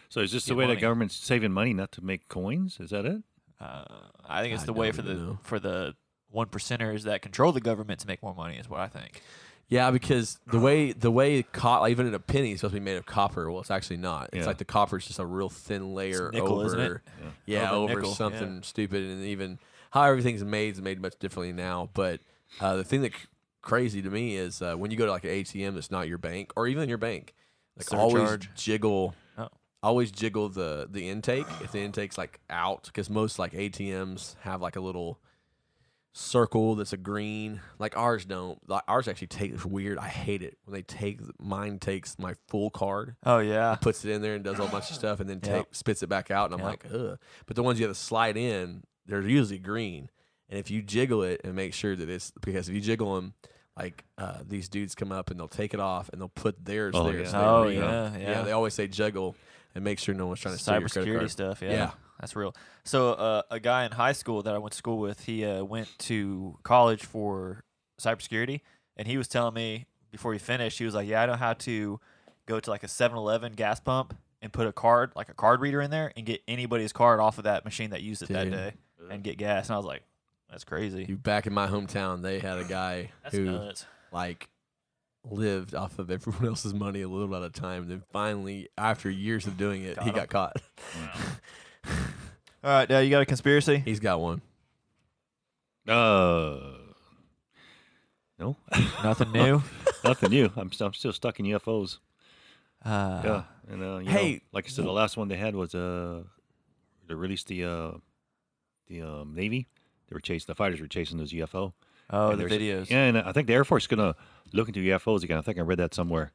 S3: So is this the
S1: Get
S3: way
S1: money.
S3: that government's saving money not to make coins? Is that it?
S1: Uh, I think it's
S2: I
S1: the way
S2: don't
S1: for the
S2: even know.
S1: for the one percenters that control the government to make more money is what I think.
S2: Yeah, because the
S1: Uh-huh.
S2: way the way co- like, even in a penny is supposed to be made of copper. Well, it's actually not. It's
S3: Yeah.
S2: like the copper is just a real thin layer
S1: nickel,
S2: over
S1: isn't it?
S2: yeah,
S1: Over
S2: over,
S1: nickel,
S2: something stupid and even how everything's made is made much differently now, but uh, the thing that's crazy to me is uh, when you go to like an ATM that's not your bank or even your bank, like always
S1: Surcharge.
S2: jiggle
S1: Oh.
S2: always jiggle the the intake if the intake's like out because most like ATMs have like a little circle that's a green like ours don't like ours actually takes weird I hate it when they take mine takes my full card
S1: Oh yeah.
S2: puts it in there and does a whole bunch of stuff and then
S1: Yep.
S2: take, spits it back out and I'm
S1: Yep.
S2: like ugh but the ones you have to slide in they're usually green and if you jiggle it and make sure that it's because if you jiggle them like uh, these dudes come up and they'll take it off and they'll put theirs
S3: Oh,
S2: there
S3: yeah.
S2: they
S1: Oh
S2: read.
S1: yeah.
S2: Yeah.
S1: Yeah.
S2: they always say juggle and make sure no one's trying to steal your credit
S1: cybersecurity
S2: card.
S1: stuff. Yeah,
S2: Yeah.
S1: that's real. So uh, a guy in high school that I went to school with, he uh, went to college for cybersecurity, and he was telling me before he finished, he was like, "Yeah, I know how to go to like a 7-Eleven gas pump and put a card, like a card reader, in there, and get anybody's card off of that machine that used it that
S2: Dude.
S1: day, and get gas." And I was like, "That's crazy.
S2: You back in my hometown, they had a guy
S1: That's
S2: who
S1: nuts."
S2: like lived off of everyone else's money a little at a time. Then finally, after years of doing it, he got caught.
S1: All right, Dad, you got a conspiracy?
S2: He's got one.
S3: Uh, no,
S1: Nothing new.
S3: nothing new. I'm, st- I'm still stuck in UFOs.
S1: Uh,
S3: Yeah, and uh, you
S2: Uh-huh. Hey.
S3: know, like I said, the last one they had was uh, they released the uh, the um, Navy. They were chasing the fighters were chasing those UFO.
S1: Oh,
S3: And
S1: the
S3: there's-
S1: videos.
S3: Yeah, and I think the Air Force is gonna look into UFOs again. I think I read that somewhere.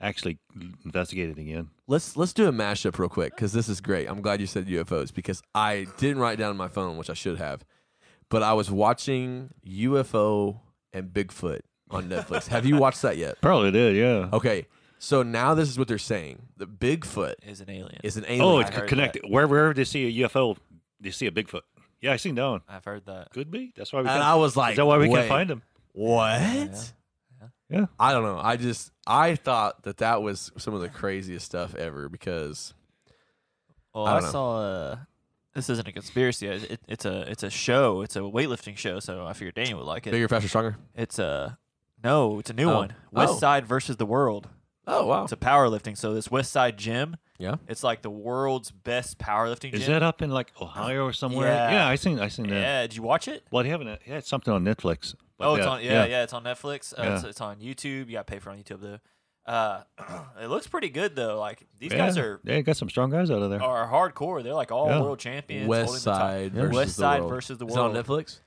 S3: Actually, investigate it again.
S2: Let's let's do a mashup real quick because this is great. I'm glad you said UFOs because I didn't write down on my phone, which I should have, but I was watching UFO and Bigfoot on Netflix. have you watched that yet?
S3: Probably did. Yeah.
S2: Okay, so now this is what they're saying: the Bigfoot
S1: Is an alien.
S2: is an alien.
S3: Oh, it's
S1: I heard
S3: connected. Wherever, wherever they see a UFO, they see a Bigfoot. Yeah, I seen that one.
S1: I've heard that.
S3: Could be. That's why we.
S2: and
S3: Can't,
S2: I was like,
S3: is that why we
S2: Wait,
S3: can't find them?
S2: What?
S3: Yeah.
S2: I don't know. I just I thought that that was some of the craziest stuff ever because
S1: Well,
S2: I
S1: I,
S2: don't know.
S1: saw. Uh, this isn't a conspiracy. It, it- it's a it's a show. It's a weightlifting show. So I figured Daniel would like it.
S2: bigger, faster, stronger.
S1: It's a no. It's a new
S2: Oh.
S1: one. West
S2: Oh.
S1: Side versus the World.
S2: Oh wow.
S1: It's a powerlifting. So this West Side gym.
S2: Yeah.
S1: It's like the world's best powerlifting
S3: Is
S1: gym.
S3: that up in like Ohio or somewhere?
S1: Yeah.
S3: I seen. I seen that.
S1: yeah. Did you watch it?
S3: Well, they haven't. They had something on Netflix. but
S1: oh, it's on. Yeah, yeah. it's on Netflix. Uh,
S3: Yeah.
S1: it's, it's on YouTube. You got to pay for it on YouTube though. Uh, it looks pretty good though. Like these
S3: Yeah.
S1: guys are
S3: They got some strong guys out of there.
S1: are hardcore. They're like all
S3: Yeah.
S1: world champions. holding
S2: West
S1: the top.
S2: Side versus
S1: West
S2: the
S1: Side
S2: world.
S1: versus the
S2: Is it on
S1: World.
S2: Netflix.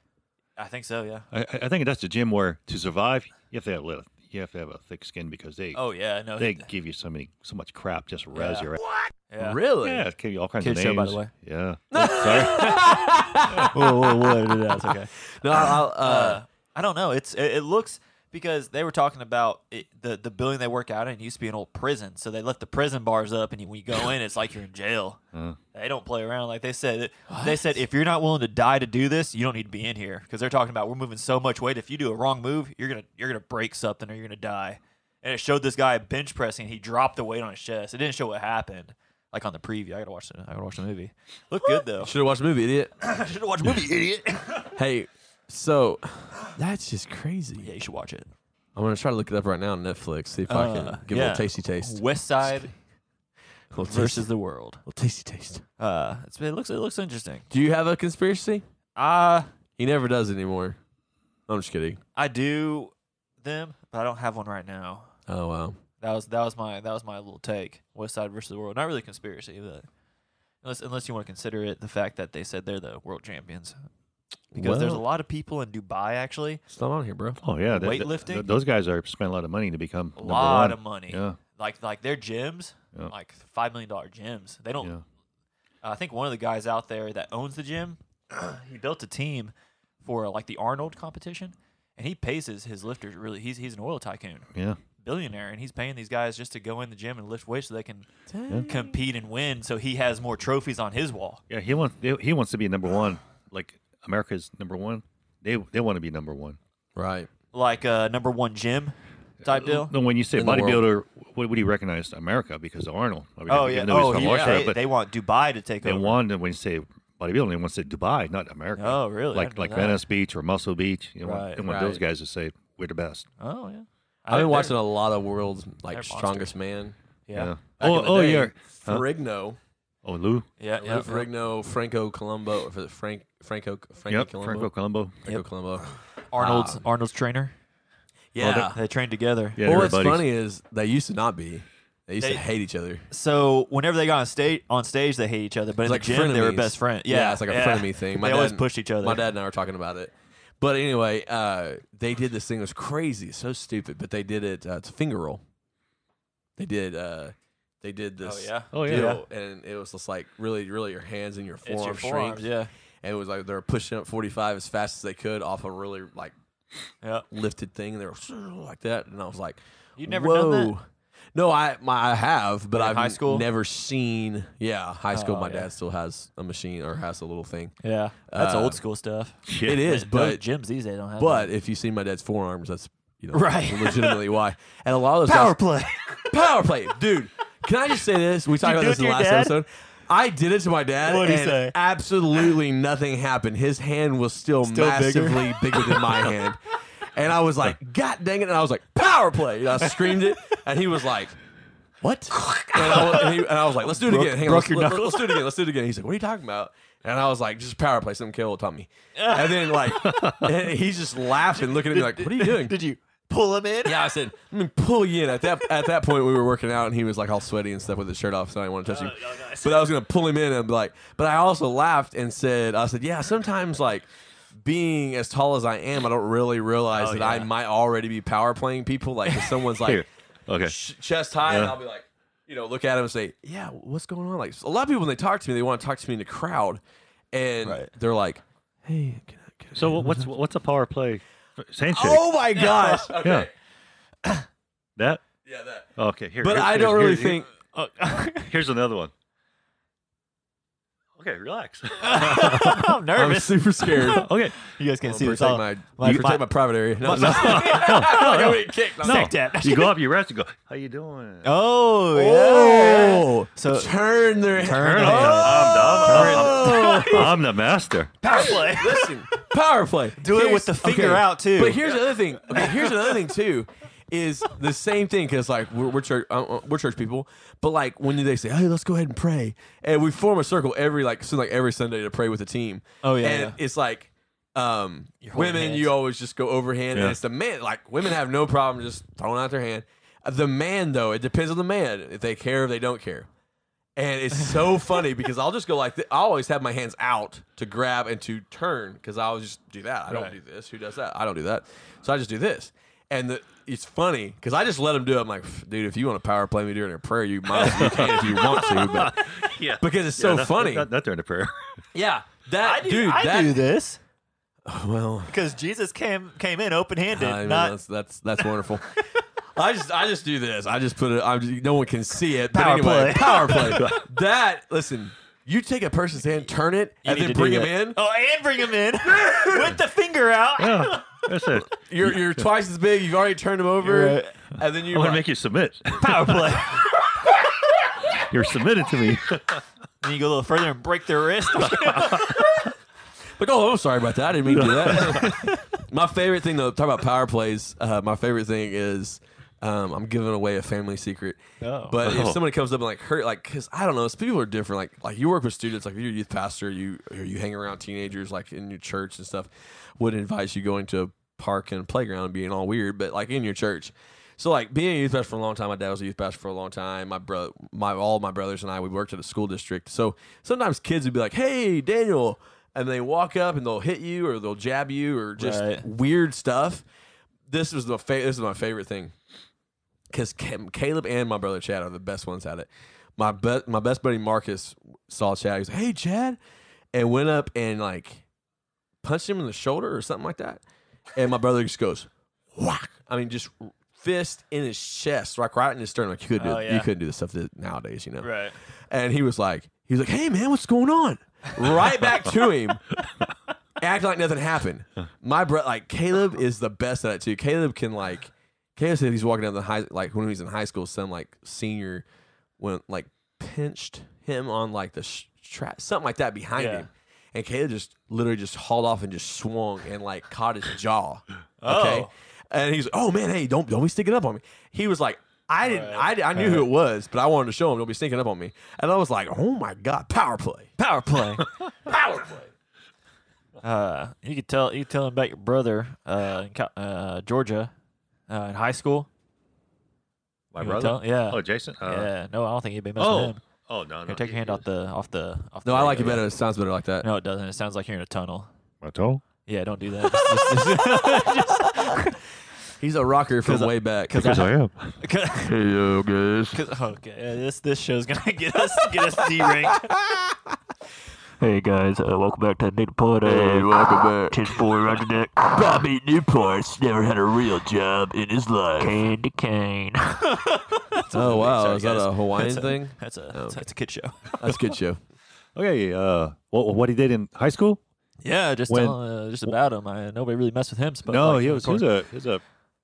S1: I think so. Yeah.
S3: I, I think that's the gym where to survive, you have to have, you you have to have a thick skin because they
S1: Oh yeah, no.
S3: they give you so many so much crap just raz
S1: Yeah.
S3: your ass.
S1: yeah.
S2: Really?
S3: Yeah, it gave you all kinds
S1: Kid
S3: of
S1: show,
S3: names.
S1: by the way.
S3: Yeah. Oh, sorry.
S1: whoa, whoa, whoa, no, no, it's okay.
S2: No, I'll, uh,
S1: Uh, I don't know. It's it, it looks because they were talking about it, the the building they work out in used to be an old prison, so they left the prison bars up, and when you go in, it's like you're in jail.
S3: Uh.
S1: They don't play around. Like they said, they said if you're not willing to die to do this, you don't need to be in here because they're talking about we're moving so much weight. If you do a wrong move, you're gonna you're gonna break something or you're gonna die. And it showed this guy bench pressing. He dropped the weight on his chest. It didn't show what happened. Like on the preview, I gotta watch the I gotta watch the movie. Looked good though.
S2: should have watched the movie, idiot.
S1: I should watch the movie, idiot.
S2: hey, so that's just crazy.
S1: yeah, you should watch it.
S2: I'm gonna try to look it up right now on Netflix. See if I
S1: Uh,
S2: can give it a
S1: yeah.
S2: little tasty taste.
S1: West Side
S2: Little tasty-
S1: versus the world.
S2: little tasty taste.
S1: Uh, it's, it looks it looks interesting.
S2: Do you have a conspiracy?
S1: Uh,
S2: He never does anymore. I'm just kidding.
S1: I do them, but I don't have one right now.
S2: Oh wow.
S1: That was that was my that was my little take. West Side versus the world. Not really conspiracy, but unless unless you want to consider it the fact that they said they're the world champions. Because there's a
S2: Well-
S1: lot of people in Dubai actually,
S2: It's not on here, bro.
S3: Oh yeah, that- that-
S1: Weightlifting?
S3: th- those guys are spend a lot of money to become
S1: a
S3: number
S1: lot
S3: one.
S1: of money.
S3: Yeah,
S1: Like like their gyms,
S3: Yeah.
S1: like five million dollar gyms. They don't
S3: yeah.
S1: I think one of the guys out there that owns the gym, he built a team for like the Arnold competition, and he pays his, his lifters really. He's he's an oil tycoon,
S3: Yeah.
S1: billionaire, and he's paying these guys just to go in the gym and lift weights so they can
S2: Dang.
S1: compete and win. So he has more trophies on his wall.
S3: Yeah, he wants he he wants to be number one. Like America's number one. They they want to be number one.
S2: Right.
S1: Like uh, number one gym type deal.
S3: Uh, No, when you say
S2: In the
S3: bodybuilder, what would he recognize? America because of Arnold. I mean,
S1: Oh yeah,
S3: even though he's
S1: oh
S3: from
S1: yeah.
S3: Russia,
S1: They,
S3: but
S1: they want Dubai to take
S3: they
S1: over.
S3: want to- when you say bodybuilding, they want to say Dubai, not America.
S1: Oh, really? I
S3: Like
S1: didn't know
S3: like
S1: that.
S3: Venice Beach or Muscle Beach. You know,
S1: Right,
S3: they want
S2: right.
S3: those guys to say we're the best.
S1: oh yeah.
S2: I've
S1: they're-
S2: been watching a lot of world's like
S1: they're
S2: strongest man.
S1: Yeah. Yeah.
S2: Back
S3: Oh
S2: in the
S3: oh
S2: day,
S3: yeah. Huh?
S2: Ferrigno,
S3: Oh Lou.
S1: Yeah.
S2: Lou Ferrigno, Franco Colombo, or Frank Franco Frankie
S3: Yep.
S2: Colombo,
S3: Franco Colombo.
S2: Franco Colombo.
S1: Arnold's Arnold's trainer.
S2: Yeah.
S1: They trained together.
S3: Yeah.
S2: well,
S3: they're
S2: what's
S3: buddies.
S2: funny is they used to not be. They used
S1: They-
S2: to hate each other.
S1: So whenever they got on stage, on stage they hate each other, but in
S2: It's
S1: the gym they were
S2: frenemies.
S1: best friends. Yeah,
S2: it's like a
S1: yeah.
S2: frenemy thing.
S1: they always
S2: dad-
S1: pushed each other.
S2: My dad and I were talking about it. But anyway, uh, they did this thing. It was crazy, so stupid. But they did it. Uh, it's a finger roll. They did. Uh, they did
S1: Oh
S2: this.
S1: yeah.
S3: Oh yeah.
S2: deal, and it was just like really, really your hands and your forearm
S1: It's your
S2: strength.
S1: forearms. Yeah.
S2: And it was like they were pushing up 45 as fast as they could off a really like
S1: Yeah.
S2: lifted thing. And they were like that, and I was like,
S1: You've never
S2: Whoa.
S1: done that?
S2: No, I my I have, but
S1: In
S2: I've
S1: high school?
S2: never seen. Yeah, high school.
S1: Oh,
S2: my
S1: yeah.
S2: dad still has a machine or has a little thing.
S1: Yeah. That's
S2: Uh,
S1: old school stuff.
S3: Yeah.
S2: It is,
S1: Those
S2: but
S1: gyms these days don't have.
S2: but if you see my dad's forearms, that's you know
S1: Right.
S2: legitimately why. And a lot of those
S1: that. power
S2: guys-
S1: play.
S2: power play, dude. Can I just say this? We talked
S1: You
S2: about
S1: do
S2: this
S1: it
S2: in the
S1: to
S2: last
S1: your dad?
S2: episode. I did it to my dad,
S1: What'd he
S2: and
S1: say?
S2: absolutely nothing happened. His hand was still,
S1: Still bigger?
S2: massively bigger. than my hand, and I was like, "God dang it!" And I was like, "Power play!" And I screamed it, and he was like, "What?" And I, wa- and he- and I was like, "Let's do it
S1: Broke-
S2: again. Hang on,
S1: broke
S2: let's,
S1: your
S2: let-
S1: knuckles.
S2: let's do it again. Let's do it again." He's like, "What are you talking about?" And I was like, "Just power play. Something Carol taught me." And then like, and he's just laughing, looking at me like, "What are you doing?"
S1: Did you pull him in?
S2: Yeah, I said, "Let me pull you in." At that at that point, we were working out, and he was like all sweaty and stuff with his shirt off, so I didn't want to touch him. But I was gonna pull him in and be like, but I also laughed and said, "I said, yeah, sometimes like." Being as tall as I am, I don't really realize that I might already be power playing people. Like if someone's
S3: Here.
S2: like
S3: Okay.
S2: ch- chest high, and I'll be like, you know, look at him and say, "Yeah, what's going on?" Like a lot of people when they talk to me, they want to talk to me in the crowd, and
S1: Right.
S2: they're like, "Hey, can I, can I
S3: So what's what's a power play? Handshake.
S2: Oh my gosh! okay,
S3: Yeah. That.
S2: yeah, that.
S3: Okay. Here.
S2: But
S3: here-
S2: I
S3: here's-
S2: don't
S3: here-
S2: really
S3: here-
S2: think
S3: Oh, here's another one. Okay, relax.
S1: I'm
S2: I'm
S1: nervous.
S2: super scared.
S3: okay.
S1: you guys can't
S2: Well,
S1: see this.
S2: protect
S1: all-
S2: my,
S1: my-
S2: you protect
S1: my-
S2: my private area. No, no,
S3: No, no.
S1: Sick dad.
S3: you go up, you rest, and go. How you doing?
S1: Oh yeah.
S2: Oh,
S1: So-
S2: turn their
S1: Turn
S3: I'm,
S1: it.
S2: Oh,
S3: I'm- I'm- I'm the master.
S1: Oh. Power play.
S2: Listen, power play.
S1: Do it with the finger out, too.
S2: But here's the other thing. I mean, here's another thing too. Is the same thing because like we're, we're church uh, uh, we're church people, but like when they say, "Hey, let's go ahead and pray," and we form a circle every like so like every Sunday to pray with the team.
S1: Oh, yeah,
S2: and
S1: yeah.
S2: it's like um
S1: holding
S2: women
S1: hands.
S2: you always just go overhand,
S3: Yeah.
S2: and it's the man like women have no problem just throwing out their hand. Uh, The man though, it depends on the man if they care or they don't care. And it's so funny because I'll just go like th- I always have my hands out to grab and to turn because I always just do that. I don't
S1: Right.
S2: do this. Who does that? I don't do that. So I just do this. And the, it's funny because I just let him do it. I'm like, dude, if you want to power play me during a prayer, you might as well can if you want to. But
S3: Yeah.
S2: because it's so
S3: not-
S2: funny.
S3: Not, not during the prayer.
S2: yeah, that
S1: I do,
S2: dude.
S1: I
S2: that
S1: do this
S2: well,
S1: because Jesus came came in open handed.
S2: I mean,
S1: not
S2: that's that's that's wonderful. I just I just do this. I just put it. I'm just, no one can see it.
S1: Power
S2: but anyway,
S1: play.
S2: power play. that listen. You take a person's hand, turn it, and
S1: need
S2: then
S1: to
S2: bring
S1: do
S2: him
S1: that.
S2: in.
S1: oh, and bring him in with the finger out.
S3: Yeah, that's it.
S2: You're you're twice as big. You've already turned him over,
S1: You're
S2: and then you
S3: I'm gonna make you submit.
S1: Power play.
S3: You're submitted to me.
S1: then you go a little further and break their wrist.
S2: Like, oh, I'm sorry about that. I didn't mean to do that. my favorite thing, though, talk about power plays. Uh, my favorite thing is um, I'm giving away a family secret.
S1: Oh.
S2: But if
S3: Oh.
S2: somebody comes up and like hurt, like, cause I don't know, it's- people are different. Like, like you work with students, like if you're a youth pastor, you or you hang around teenagers, like in your church and stuff. Wouldn't advise you going to a park and playground and being all weird, but like in your church. So like being a youth pastor for a long time, my dad was a youth pastor for a long time. My brother, my all my brothers and I, we worked at a school district. So sometimes kids would be like, "Hey, Daniel," and they walk up and they'll hit you or they'll jab you or just
S1: Right.
S2: weird stuff. This was the fa- this is my favorite thing because Caleb and my brother Chad are the best ones at it. My be- my best buddy Marcus saw Chad. He was like, "Hey, Chad," and went up and like punched him in the shoulder or something like that. And my brother just goes, "Whack!" I mean, just fist in his chest, like right in his sternum. Like you couldn't do
S1: Oh,
S2: you
S1: yeah.
S2: couldn't do the stuff that nowadays, you know.
S1: right.
S2: And he was like, he was like, "Hey, man, what's going on?" Right back to him. Act like nothing happened. My brother, like Caleb, is the best at it too. Caleb can like, Caleb said he's walking down the high, like when he was in high school, some like senior went like pinched him on like the sh- trap, something like that behind
S1: Yeah.
S2: him, and Caleb just literally just hauled off and just swung and like caught his jaw. Okay,
S1: Oh.
S2: and he's, oh man, hey, don't don't be sticking up on me. He was like, I didn't, I, I knew who it was, but I wanted to show him. Don't be sneaking up on me. And I was like, oh my god, power play,
S1: Power play.
S2: power play.
S1: Uh, you could tell you could tell him about your brother uh, in Co- uh, Georgia uh, in high school.
S3: My
S1: You wanna tell? Yeah.
S3: Oh, Jason. Uh,
S1: yeah. No, I don't think anybody messed with
S3: Oh.
S1: him.
S3: Oh no. no.
S1: Here, take your hand off the off the off.
S2: No,
S1: the
S2: I like it
S1: radio.
S2: better. It sounds better like that.
S1: No, it doesn't. It sounds like you're in a tunnel.
S3: My toe.
S1: Yeah, don't do that. Just- just- just-
S2: He's a rocker from
S1: 'Cause I-
S2: way back.
S3: Because I am.
S1: Cause,
S2: hey yo guys,
S1: oh, okay, yeah, this this show's gonna get us get us deranked.
S4: Hey guys, uh, welcome back to Nick Pod.
S2: hey
S4: Uh,
S2: welcome back.
S4: Tis boy Roger Dick. Bobby Newport's never had a real job in his life. Candy cane.
S2: Oh wow,
S1: Sorry,
S2: is that
S1: guys.
S2: a Hawaiian
S1: That's a-
S2: thing?
S1: That's
S4: Oh,
S1: a
S2: okay.
S1: that's a kid show.
S2: That's a good show.
S3: Okay. Uh, what what he did in high school?
S1: Yeah, just
S3: When-
S1: tell, uh, just about him. I, nobody really messed with him. But
S3: no,
S1: like,
S3: he
S1: of
S3: was he was
S1: course-
S3: a he was a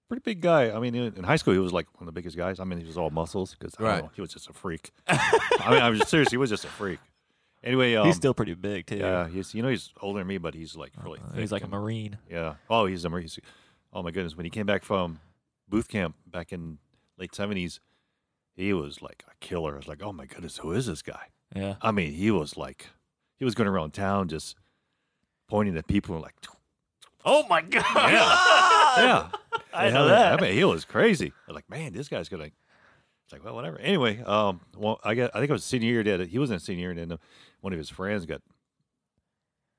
S3: pretty big guy. I mean, in in high school, he was like one of the biggest guys. I mean, he was all muscles because
S2: Right.
S3: he was just a freak. I mean, I'm just serious. He was just a freak. Anyway, um,
S1: he's still pretty big too.
S3: yeah. He's you know he's older than me, but he's like really.
S1: Uh,
S3: thick
S1: he's like a
S3: and-
S1: marine.
S3: Yeah. Oh, he's a Marine. He's- Oh my goodness, when he came back from booth camp back in late seventies, he was like a killer. I was like, oh my goodness, who is this guy?
S1: Yeah,
S3: I mean, he was like, he was going around town just pointing at people and like,
S1: Oh my god!
S3: yeah,
S1: I
S3: Yeah,
S1: know
S3: mean,
S1: that.
S3: I mean, he was crazy. I was like, man, this guy's gonna. It's like, well, whatever. Anyway, um, well, I got, I think I was a senior year. Dad, he wasn't a senior, and then one of his friends got,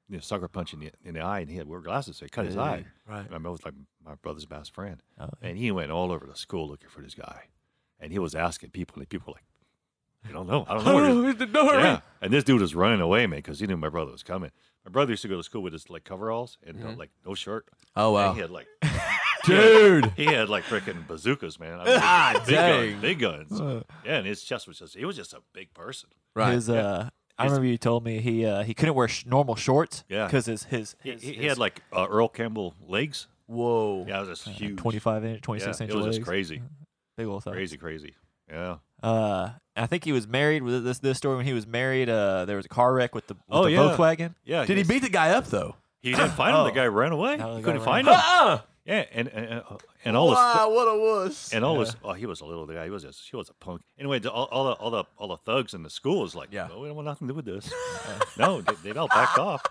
S3: you know, sucker punch in the in the eye, and he had wear glasses, so he cut his
S1: Yeah.
S3: eye.
S2: Right.
S3: And I was like my brother's best friend,
S1: Oh,
S3: and he went all over the school looking for this guy, and he was asking people, and people were like, I don't know, I don't know. where it is." Yeah. And this dude was running away, man, because he knew my brother was coming. My brother used to go to school with his like coveralls and
S1: Mm-hmm.
S3: uh, like no shirt.
S2: Oh
S3: And
S2: wow,
S3: he had like
S2: dude.
S3: he had like freaking bazookas, man. I mean,
S1: Ah,
S3: big
S2: dang.
S3: guns, big guns. yeah, and his chest was just he was just a big person.
S2: Right.
S1: His, uh, I
S3: His-
S1: remember you told me he uh, he couldn't wear sh- normal shorts.
S3: Yeah.
S1: because his his,
S3: He,
S1: his,
S3: he, he had like uh, Earl Campbell legs.
S2: Whoa.
S3: Yeah, it was just huge.
S1: twenty five inch, twenty
S3: Yeah,
S1: six inch
S3: it was
S1: legs.
S3: just crazy,
S1: Big old thing.
S3: crazy, crazy. Yeah.
S1: Uh, I think he was married. Was it this this story when he was married? Uh, there was a car wreck with the with
S3: Oh,
S1: the
S3: yeah.
S1: Volkswagen.
S3: Yeah.
S2: Did he beat the guy up though?
S3: He didn't find him. The
S1: Oh.
S3: guy ran away.
S1: No, the
S3: He
S1: guy
S3: couldn't
S1: ran
S3: find
S1: away.
S3: him.
S2: Uh-uh.
S3: Yeah, and and, uh, and all his
S2: Wow, what a wuss.
S3: And all this, oh, he was a little guy. He was just, he was a punk. Anyway, the- all, all the all the all the thugs in the school was like,
S2: Yeah.
S3: yeah, we don't want nothing to do with this. no, they, they all backed off.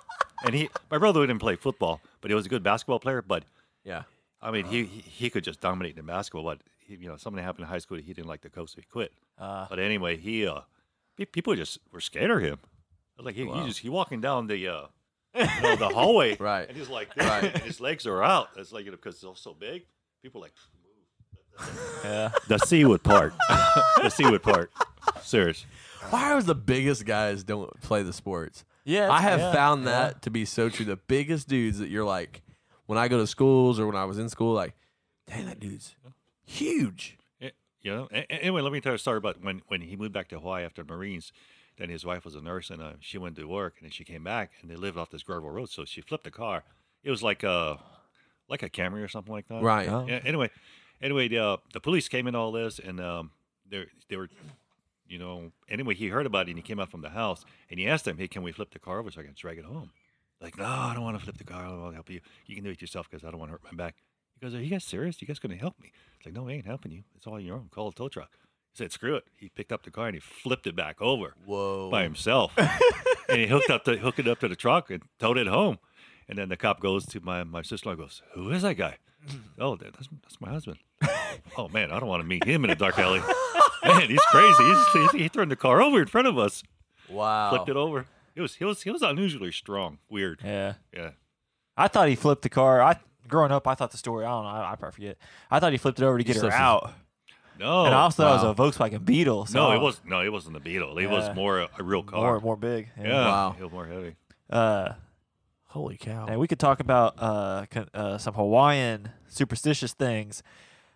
S3: And he, my brother didn't play football, but he was a good basketball player. But
S2: yeah.
S3: I mean,
S2: Ah.
S3: he he, he could just dominate in basketball. But he, you know, something happened in high school. that He didn't like the coach, so he quit.
S2: Ah.
S1: Uh,
S3: But anyway, he uh, pe- people just were scared of him. Like he,
S2: Wow.
S3: he just he walking down the uh, you know, the hallway,
S2: Right.
S3: And he's like,
S2: Right.
S3: and his legs are out. It's like because it's all so big. People like
S1: Yeah.
S3: the sea would part. the sea would part. Serious.
S2: Why are the biggest guys don't play the sports?
S1: Yeah.
S2: I have
S1: yeah,
S2: found
S1: yeah.
S2: that to be so true. The biggest dudes that you're like, when I go to schools or when I was in school, like, dang, that dude's huge.
S3: Eh, You know. A- a- Anyway, let me tell you a story about when when he moved back to Hawaii after the Marines. Then his wife was a nurse, and uh, she went to work, and then she came back, and they lived off this gravel road. So she flipped the car. It was like a like a Camry or something like that.
S2: Right.
S1: Oh.
S3: Yeah, anyway, anyway, the, uh, the police came in all this, and um, they they were, you know. Anyway, he heard about it, and he came out from the house, and he asked them, "Hey, can we flip the car over so I can drag it home?" Like, no, I don't want to flip the car. I'll help you. You can do it yourself because I don't want to hurt my back. He goes, "Are you guys serious? You guys going to help me?" It's like, "No, I ain't helping you. It's all your own. Call a tow truck." He said, "Screw it." He picked up the car and he flipped it back over
S2: Whoa.
S3: by himself, and he hooked up the hooked it up to the truck and towed it home. And then the cop goes to my my sister and goes, "Who is that guy?" Oh, that- that's that's my husband. oh man, I don't want to meet him in a dark alley. Man, he's crazy. He's, he's, he turned the car over in front of us,
S2: Wow.
S1: Oh.
S3: flipped it over. It was he was he was unusually strong. Weird.
S1: Yeah.
S3: Yeah.
S1: I thought he flipped the car. I growing up, I thought the story. I don't know. I, I probably forget. I thought he flipped it over to get her
S2: Stuff is-
S1: out,
S3: No.
S1: and I also thought
S2: wow.
S1: it was a Volkswagen Beetle. So
S3: Oh, no,
S1: I
S3: it was no, it wasn't the Beetle. It was
S1: Yeah.
S3: more a, a real
S1: more
S3: car.
S1: more big.
S3: yeah,
S2: Wow.
S3: it was more heavy.
S1: Uh,
S2: Holy cow.
S1: and we could talk about uh, co- uh, some Hawaiian superstitious things.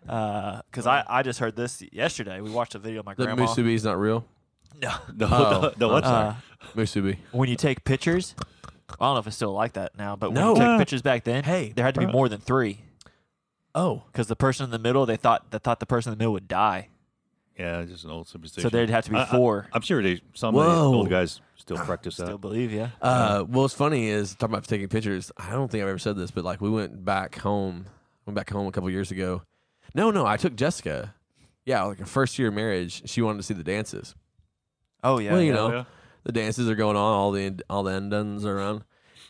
S1: Because I, I just heard this yesterday. We watched a video of my
S2: the
S1: grandma.
S2: musubi is not real.
S1: No.
S3: The,
S2: Oh,
S3: the, the what's
S1: Uh,
S2: Musubi.
S1: when you take pictures, I don't know if it's still like that now, but when
S2: No.
S1: you
S2: Yeah.
S1: took pictures back then,
S2: Hey,
S1: there had to be
S2: bro.
S1: more than three
S2: Oh.
S1: because the person in the middle they thought they thought the person in the middle would die,
S3: yeah, it's just an old
S1: so
S3: superstition.
S1: there'd have to be
S3: I- I-
S1: four.
S3: I'm sure they some of the
S2: Whoa.
S3: old guys still practice
S1: Still
S3: that.
S1: believe you.
S2: Uh, well, what's funny is talking about taking pictures. I don't think I've ever said this, but like we went back home, went back home a couple years ago. No, no, I took Jessica. Yeah, like her first year of marriage, she wanted to see the dances.
S1: Oh yeah.
S2: well, you
S1: yeah.
S2: know,
S3: yeah.
S2: the dances are going on, all the all the endings are around,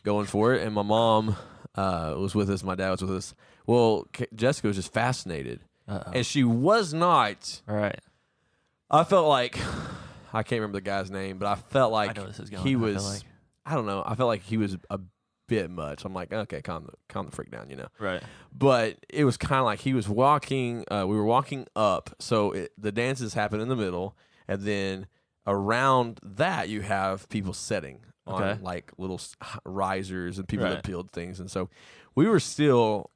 S2: going for it. And my mom uh, was with us, my dad was with us. Well, K- Jessica was just fascinated,
S1: Uh-oh.
S2: and she was not.
S1: All right.
S2: I felt like I can't remember the guy's name, but I felt like
S1: know this is going, I
S2: he
S1: feel
S2: was.
S1: like.
S2: I don't know. I felt like he was a bit much. I'm like, okay, calm the calm the freak down, you know.
S1: Right.
S2: But it was kind of like he was walking. Uh, we were walking up, so it, the dances happen in the middle, and then around that you have people setting on
S1: Okay.
S2: like little s- h- risers and people
S1: Right.
S2: that peeled things, and so we were still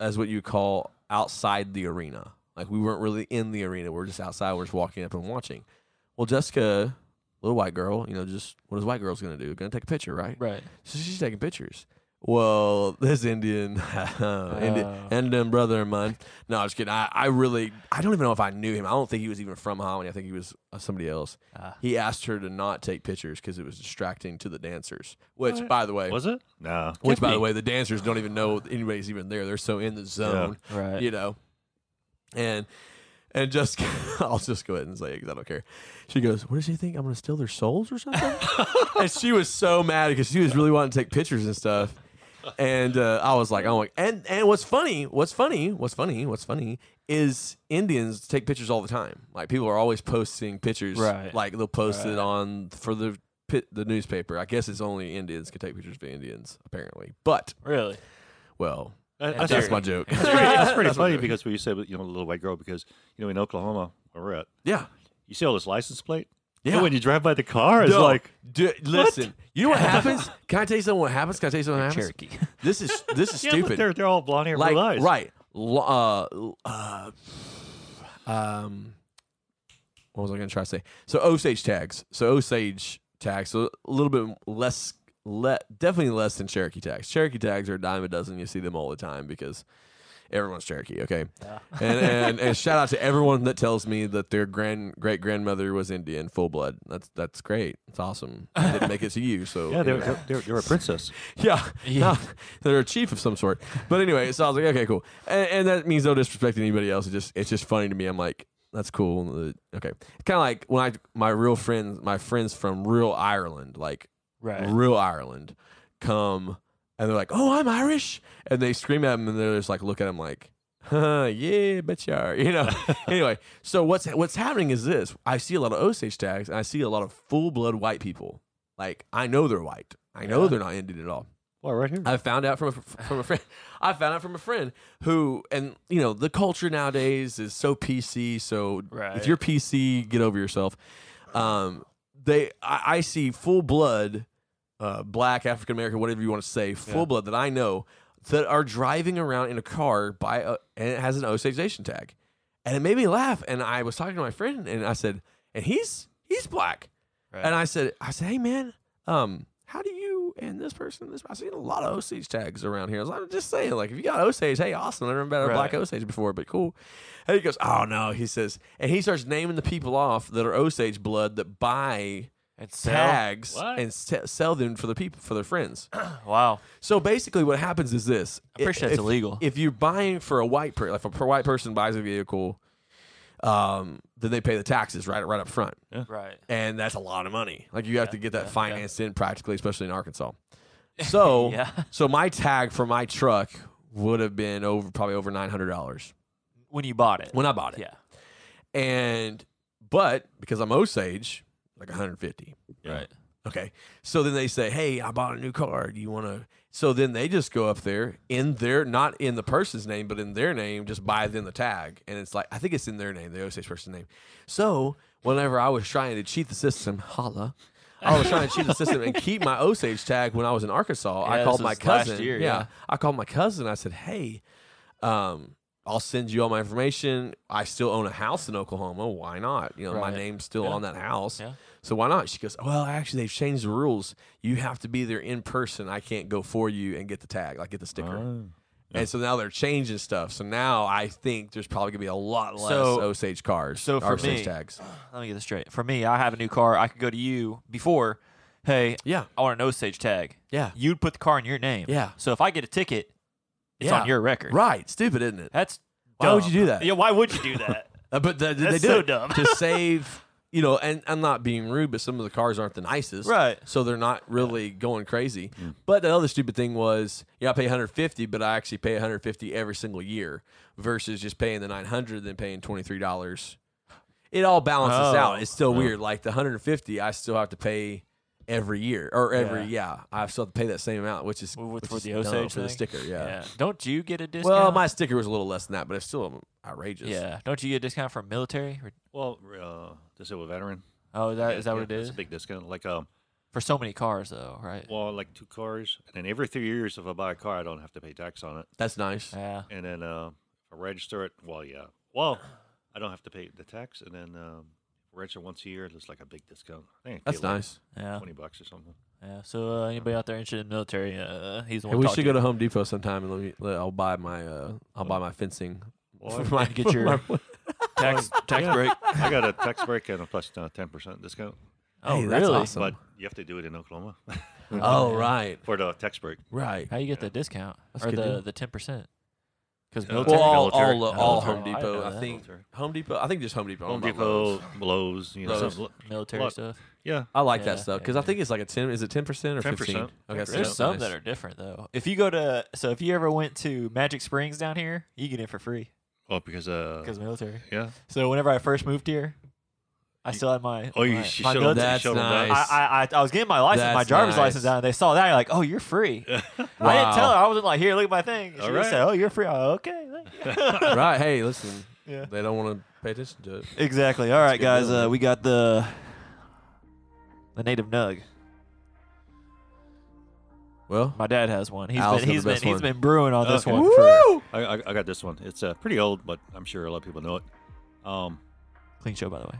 S2: as what you call outside the arena. Like we weren't really in the arena. We were just outside. We are just walking up and watching. Well, Jessica, little white girl, you know, just what is white girls gonna do? Gonna take a picture, right?
S1: Right.
S2: So she's taking pictures. Well, this Indian, Indian,
S1: Oh.
S2: Indian brother of mine. No, I'm just kidding. I, I really, I don't even know if I knew him. I don't think he was even from Holland. I think he was uh, somebody else.
S1: Ah.
S2: He asked her to not take pictures because it was distracting to the dancers. Which, by the way,
S3: Was it? No.
S2: which, by the way, the dancers don't even know anybody's even there. They're so in the zone,
S1: Right.
S2: you know. And and just, I'll just go ahead and say it because I don't care. She goes, "What does she think? I'm going to steal their souls or something?" and she was so mad because she was really wanting to take pictures and stuff. And uh, I was like, "Oh my!" And and what's funny? What's funny? What's funny? What's funny is Indians take pictures all the time. Like people are always posting pictures.
S1: Right.
S2: Like they'll post it on for the pit, the newspaper. I guess it's only Indians can take pictures of Indians apparently. But
S1: Really.
S2: well,
S3: That-
S1: And
S3: that's,
S2: that's
S1: Jerry.
S2: my joke.
S3: that's pretty, that's pretty funny because what you said, with, you know, the little white girl, because, you know, in Oklahoma, where we're at,
S2: yeah.
S3: you see all this license plate?
S2: Yeah.
S3: And when you drive by the car, it's
S2: No,
S3: like,
S2: du- listen. You know what happens? Can I tell you something? What happens? Can I tell you something? What happens?
S1: Cherokee.
S2: This is this is
S3: yeah,
S2: stupid.
S3: but they're, they're all blonde hair,
S2: like
S3: blue eyes.
S2: right Lo- uh, l- uh, um what was i gonna try to say so osage tags so osage tags so a little bit less le- definitely less than cherokee tags cherokee tags are a dime a dozen you see them all the time because everyone's cherokee okay and, and and shout out to everyone that tells me that their grand great grandmother was indian full blood that's that's great it's awesome i didn't make it to you so
S3: Yeah,
S2: you
S3: they're,
S2: know.
S3: they're, they're, they're a princess.
S2: Yeah, no, they're a chief of some sort. But anyway, so I was like, okay, cool, and, and that means no disrespect to anybody else. It just it's just funny to me. I'm like, that's cool. uh, Okay, kind of like when I my real friends, my friends from real Ireland, like
S1: Right.
S2: real Ireland, come and they're like, oh, I'm Irish, and they scream at him, and they're just like, look at him like. Huh, yeah, bet you are. You know. anyway, so what's what's happening is this: I see a lot of Osage tags, and I see a lot of full blood white people. Like I know they're white. I know they're not Indian at all.
S3: Well, right here.
S2: I found out from a, from a friend. I found out from a friend who, and you know, the culture nowadays is so PC. So
S1: Right.
S2: if you're PC, get over yourself. Um, they, I, I see full blood, uh, black African American, whatever you want to say, full blood that I know that are driving around in a car by, a, and it has an Osage Nation tag, and it made me laugh. And I was talking to my friend, and I said, and he's he's black.
S1: Right.
S2: And I said, I said, hey man, um, how do you and this person, this I've seen a lot of Osage tags around here. I was like, I'm just saying, like if you got Osage, hey, awesome. I've never met a black
S1: Right.
S2: Osage before, but cool. And he goes, oh no, he says, and he starts naming the people off that are Osage blood that buy
S1: And sell?
S2: tags
S3: What?
S2: and s- sell them for the people for their friends.
S1: Wow.
S2: So basically, what happens is this:
S1: I'm pretty sure
S2: if,
S1: it's illegal.
S2: If you're buying for a white person, like if a white person buys a vehicle, um, then they pay the taxes right right up front
S1: Right.
S2: and that's a lot of money. Like you have to get that
S1: yeah,
S2: financed in practically, especially in Arkansas. So,
S1: Yeah.
S2: so my tag for my truck would have been over probably over nine hundred dollars
S1: When you bought it.
S2: when I bought it.
S1: yeah.
S2: And but because I'm Osage, like one hundred fifty.
S1: Right.
S2: Okay. So then they say, "Hey, I bought a new car. Do you want to?" So then they just go up there in their not in the person's name, but in their name, just buy them the tag, and it's like I think it's in their name, the Osage person's name. So whenever I was trying to cheat the system, holla. I was trying to cheat the system and keep my Osage tag when I was in Arkansas.
S1: Yeah,
S2: I
S1: this
S2: called my
S1: was last
S2: cousin.
S1: year,
S2: yeah.
S1: yeah.
S2: I called my cousin. I said, "Hey, um, I'll send you all my information. I still own a house in Oklahoma. Why not? You know, my
S1: Right.
S2: name's still on that house.
S1: Yeah.
S2: So why not? She goes, Well, actually, they've changed the rules. You have to be there in person. I can't go for you and get the tag, like get the sticker.
S1: Oh,
S3: Oh.
S2: And so now they're changing stuff. So now I think there's probably gonna be a lot less
S1: So-
S2: Osage cars,
S1: so for
S2: or Osage
S1: me-
S2: tags.
S1: Let me get this straight. For me, I have a new car. I could go to you before. Hey,
S2: Yeah,
S1: I want an Osage tag.
S2: yeah,
S1: You'd put the car in your name.
S2: Yeah.
S1: So if I get a ticket, it's
S2: yeah.
S1: on your record.
S2: right? Stupid, isn't it?
S1: That's
S2: Why would you
S1: dumb.
S2: do that?
S1: Yeah. Why would you do that?
S2: Uh, but th- they
S1: That's
S2: do
S1: so
S2: it
S1: dumb.
S2: to save. You know, and I'm not being rude, but some of the cars aren't the nicest,
S1: Right.
S2: So they're not really going crazy. But the other stupid thing was, yeah, I pay 150, but I actually pay 150 every single year versus just paying the 900 then paying 23 dollars. It all balances
S1: Oh.
S2: out. It's still weird. Like the 150, I still have to pay every year or every yeah, I still have to pay that same amount, which is
S1: With- with-
S2: which
S1: for
S2: is
S1: the
S2: dumb
S1: Osage
S2: for the
S1: thing?
S2: sticker, yeah.
S1: Don't you get a discount?
S2: Well, my sticker was a little less than that, but it's still outrageous.
S1: Yeah. Don't you get a discount for military? Or-
S3: Well, uh, disabled veteran.
S1: Oh, is that
S3: Yeah,
S1: is that
S3: yeah,
S1: what it
S3: that's
S1: is?
S3: a big discount. Like um,
S1: For so many cars, though, right?
S3: well, like two cars, and then every three years, if I buy a car, I don't have to pay tax on it.
S2: That's nice.
S1: Yeah.
S3: And then uh, if I register it, well, yeah, well, I don't have to pay the tax. And then um, register once a year, it's like a big discount. I think I
S2: That's
S3: paid, like,
S2: nice.
S1: Yeah.
S3: Twenty bucks or something.
S1: Yeah. So uh, anybody out there interested in military, uh, he's the
S2: Hey,
S1: one.
S2: we
S1: talk
S2: should go to Home Depot sometime and let me. Let, I'll buy my. Uh, I'll buy my fencing.
S3: Well,
S2: my,
S1: get your-
S2: my-
S1: tax tax
S3: Yeah.
S1: break.
S3: I got a tax break and a plus uh, ten percent discount,
S1: Oh,
S2: Hey,
S1: really?
S2: that's awesome.
S3: but you have to do it in Oklahoma
S2: oh right,
S3: for the tax break.
S2: right.
S1: How you get the discount
S2: That's a
S1: or
S2: good deal.
S1: the the ten percent? Because
S3: Yeah.
S1: military.
S2: Well, all
S3: Military.
S2: all, all Home
S1: Military.
S2: Depot.
S1: I
S2: I,
S1: know that.
S2: think Home Depot. I think just Home Depot. I
S3: Home
S2: don't know about
S3: Depot,
S2: Lowe's.
S3: Lowe's, you know,
S2: Lowe's.
S3: some-
S1: military
S3: Look,
S1: stuff.
S3: yeah.
S2: I like that
S1: Yeah,
S2: stuff
S1: yeah,
S2: because I
S1: yeah.
S2: think it's like a ten. Is it ten percent or
S3: 10%.
S2: fifteen? Okay, so
S3: There's
S2: that's
S1: There's some
S2: nice.
S1: that are different though. If you go to so if you ever went to Magic Springs down here, you get in for free
S3: Oh, because uh,
S1: because military.
S3: yeah.
S1: So whenever I first moved here, I still had my
S3: Oh, you
S1: my,
S3: she
S1: my
S3: showed them.
S1: military-
S2: That's
S3: showed 'em that.
S2: nice.
S1: I, I I was getting my license, my
S2: That's
S1: driver's
S2: nice.
S1: license down, and they saw that. You're like, oh, you're free. I
S2: Wow.
S1: didn't tell her. I wasn't like, here, look at my thing. She
S3: All
S1: just
S3: right.
S1: said, oh, you're free. I'm like, okay. thank you."
S2: right. Hey, listen.
S1: Yeah.
S2: They don't want to pay attention to it.
S1: exactly. All right,
S2: good
S1: guys.
S2: deal,
S1: Uh,
S2: man.
S1: we got the the native nug.
S2: Well,
S1: My dad has one. He's
S2: Al's
S1: been
S2: got
S1: he's
S2: the
S1: been
S2: best
S1: he's
S2: one.
S1: been brewing on this
S3: Okay.
S1: one. For
S3: I, I, I got this one. It's uh, pretty old, but I'm sure a lot of people know it. Um,
S1: clean show, by the way.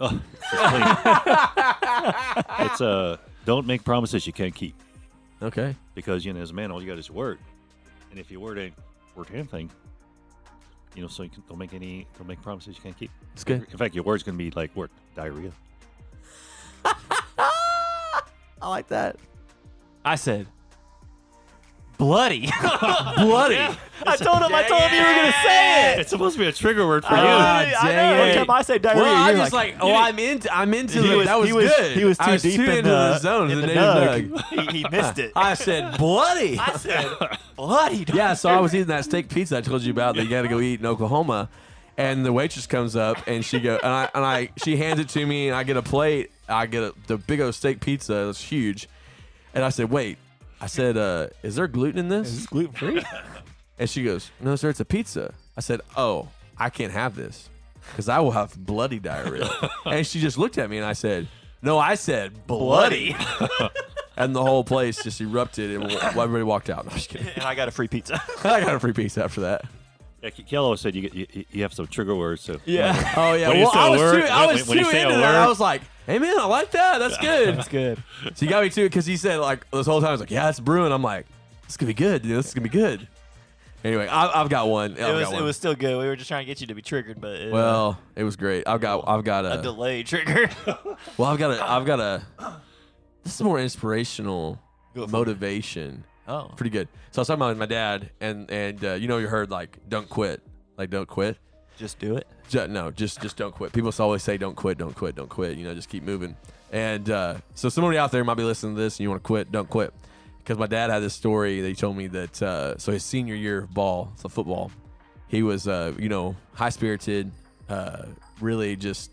S3: oh, it's clean. It's, uh, don't make promises you can't keep
S2: okay.
S3: because you know as a man, all you got is your word, and if your word ain't worth anything, you know, so you can, don't make any, don't make promises you can't keep.
S2: It's good.
S3: In fact, your word's gonna be like word diarrhea.
S2: I like that.
S1: I said, bloody.
S2: Bloody.
S1: I told him. I told him you were gonna say it.
S3: It's supposed to be a trigger word for
S1: I
S3: you.
S2: Ah,
S1: literally- I
S2: dang
S1: know. Every
S2: it.
S1: time I say diarrhea,
S2: Well, I'm
S1: you're
S2: just like, oh, I'm into, I'm into
S1: He
S2: the,
S1: was-
S2: that was,
S1: he was-
S2: good.
S1: he was
S2: I
S1: too
S2: was
S1: deep
S2: too
S1: in
S2: into
S1: the-
S2: zone,
S1: in
S2: the,
S1: the
S2: native
S1: nug.
S2: nug.
S1: he, he missed it.
S2: I said bloody.
S1: I said, bloody. dog."
S2: yeah, so I was eating that steak pizza I told you about that you got to go eat in Oklahoma, and the waitress comes up and she go and I and I she hands it to me and I get a plate. I get a, the big old steak pizza. It's huge, and I said, wait. I said, uh, "Is there gluten in
S5: Is
S2: this?"
S5: this gluten free?
S2: And she goes, "No, sir, it's a pizza." I said, "Oh, I can't have this because I will have bloody diarrhea." and she just looked at me and I said, "No, I said bloody." and the whole place just erupted and everybody walked out. No, I'm just kidding.
S1: and I got a free pizza.
S2: I got a free pizza after that.
S3: Yeah, Kello said you, get- you you have some trigger words. So
S1: yeah.
S2: Oh yeah,
S3: When you
S2: well
S3: say
S2: I
S3: a
S2: was
S3: word-
S2: too, I
S3: when-
S2: was
S3: when you
S2: too
S3: say a
S2: into that. I
S3: word-
S2: was like, "Hey man, I like that. That's good."
S5: That's good.
S2: So you got me too, because he said like this whole time, I was like, yeah, it's brewing. I'm like, this gonna be good, dude. This is gonna be good. Anyway, I, I've got one. I've
S1: It was
S2: got
S1: it
S2: one.
S1: was still good. We were just trying to get you to be triggered, but it,
S2: well, it was great. I've got I've got
S1: a
S2: a,
S1: delay trigger.
S2: well, I've got a I've got a. This is more inspirational
S1: Go for it.
S2: motivation.
S1: oh.
S2: Pretty good. So I was talking about my dad, and and uh, you know you heard like don't quit, like don't quit.
S1: Just do it.
S2: Ju- no, just just don't quit. People always say, "Don't quit, don't quit, don't quit." You know, just keep moving. And uh, so, somebody out there might be listening to this, and you want to quit, don't quit. Because my dad had this story that he told me that uh, so his senior year of ball, so football, he was uh, you know high spirited, uh, really just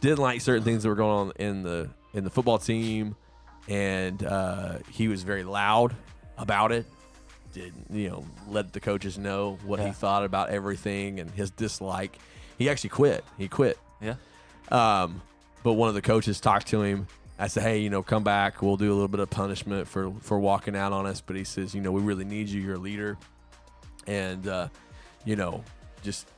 S2: didn't like certain things that were going on in the in the football team, and uh, he was very loud about it. Did you know? Let the coaches know what he
S1: Yeah.
S2: thought about everything and his dislike. He actually quit. He quit.
S1: Yeah.
S2: Um, but one of the coaches talked to him. I said, "Hey, you know, come back. We'll do a little bit of punishment for for walking out on us." But he says, "You know, we really need you. You're a leader, and uh, you know, just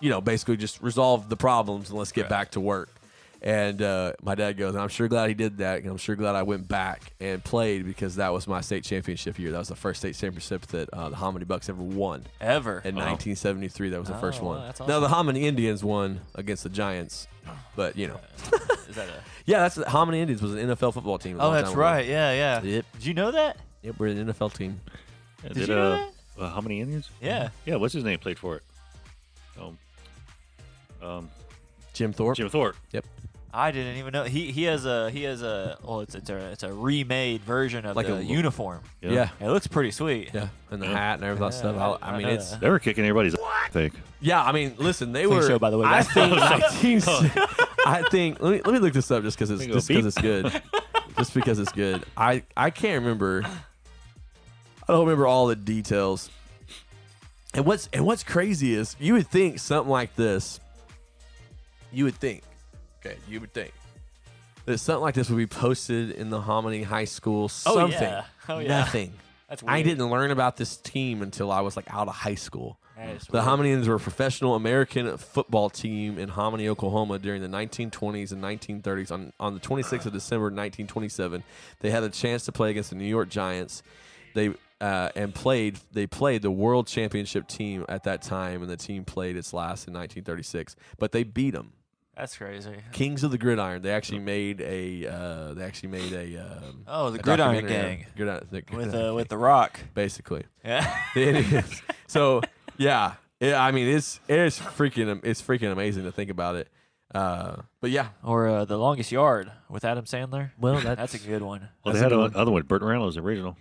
S2: you know, basically just resolve the problems and let's get back to work." And uh, my dad goes, "I'm sure glad he did that, and I'm sure glad I went back and played because that was my state championship year. That was the first state championship that uh, the Hominy Bucks ever won."
S1: Ever.
S2: In 1973, that was the first
S1: Oh, wow,
S2: one.
S1: that's
S2: Now
S1: awesome.
S2: the Hominy Indians won against the Giants, but you know,
S1: Is that a?
S2: yeah, that's the Hominy Indians was an NFL football team. a
S1: Oh,
S2: long
S1: that's
S2: time ago.
S1: right. Yeah, yeah.
S2: Yep.
S1: Did you know that?
S2: Yep, we're an NFL team.
S3: Did
S1: you know
S3: uh, how many Indians?
S2: Mm-hmm.
S1: Yeah.
S3: Yeah, what's his name played for it? Um, um,
S2: Jim Thorpe.
S3: Jim Thorpe.
S2: Yep,
S1: I didn't even know he he has a he has a well it's it's a it's a remade version of
S2: Like
S1: the
S2: a-
S1: uniform.
S2: yeah, yeah,
S1: It looks pretty sweet.
S2: and the
S3: Yeah.
S2: hat and everything that stuff. I, I mean,
S1: know
S2: it's
S1: that.
S3: They were kicking everybody's ass, I think.
S2: yeah. I mean, listen, they
S1: Uh-huh. Clean
S2: were.
S1: show, by the way,
S2: I
S1: guys.
S2: think 19 I think let me let me look this up just because it's
S3: Think
S2: just
S3: it'll
S2: because it's good, just because it's good. I I can't remember. I don't remember all the details. And what's and what's crazy is you would think something like this. You would think, okay, you would think that something like this would be posted in the Hominy High School.
S1: Oh,
S2: Something,
S1: yeah. Oh, yeah.
S2: nothing.
S1: That's weird.
S2: I didn't learn about this team until I was like out of high school.
S1: That is
S2: The
S1: weird.
S2: Hominians were a professional American football team in Hominy, Oklahoma during the 1920s and 1930s. On, on the 26th of December 1927, they had a chance to play against the New York Giants. They uh, and played they played the World Championship team at that time, and the team played its last in 1936. But they beat them,
S1: That's crazy.
S2: Kings of the Gridiron. They actually made a uh, they actually made a um,
S1: Oh, the
S2: a
S1: Gridiron
S2: documentary on-
S1: Gang
S2: Gridiron, the
S1: with
S2: Gridiron
S1: uh, with
S2: Gang,
S1: the Rock.
S2: basically.
S1: Yeah.
S2: It is. So yeah, Yeah, I mean it's it's freaking it's freaking amazing to think about it. Uh, but yeah,
S1: or uh, the Longest Yard with Adam Sandler. Well, that's, a good one.
S3: Well, they had another one. Burt Reynolds, the original.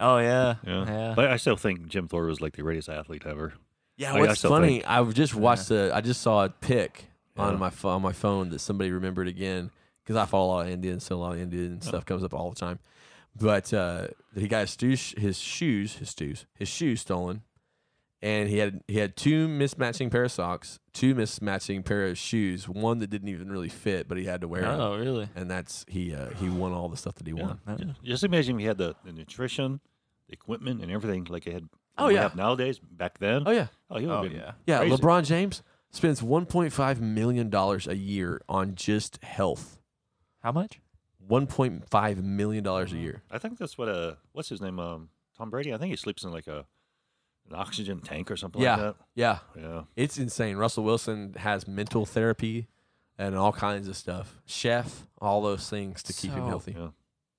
S1: Oh yeah.
S3: Yeah.
S1: Yeah.
S3: But I still think Jim Thorpe was like the greatest athlete ever.
S2: yeah.
S3: I- I
S2: What's
S3: still
S2: funny? I just watched a I just saw a pic on
S3: Yeah.
S2: my pho- on my phone that somebody remembered again because I follow a lot of Indians, so a lot of Indian stuff comes up all the time. But uh, he got his, stu- his shoes, his shoes, his shoes stolen, and he had he had two mismatching pair of socks, two mismatching pair of shoes, one that didn't even really fit, but he had to wear it.
S1: Oh really?
S2: and that's he uh, he won all the stuff that he won.
S1: Yeah.
S3: Just imagine we had the, the nutrition, the equipment, and everything like they had.
S2: Oh,
S3: we
S2: yeah.
S3: have nowadays. Back then.
S2: Oh yeah,
S3: Oh, he would
S1: Oh
S3: have been
S1: yeah.
S2: yeah.
S3: Crazy.
S2: LeBron James spends 1.5 million dollars a year on just health.
S1: How much?
S2: 1.5 million dollars a year.
S3: I think that's what uh what's his name um Tom Brady. I think he sleeps in like a an oxygen tank or something
S2: Yeah,
S3: like
S2: yeah.
S3: that. Yeah.
S2: It's insane. Russell Wilson has mental therapy and all kinds of stuff. Chef, all those things to keep him
S1: So-
S2: healthy.
S3: Yeah.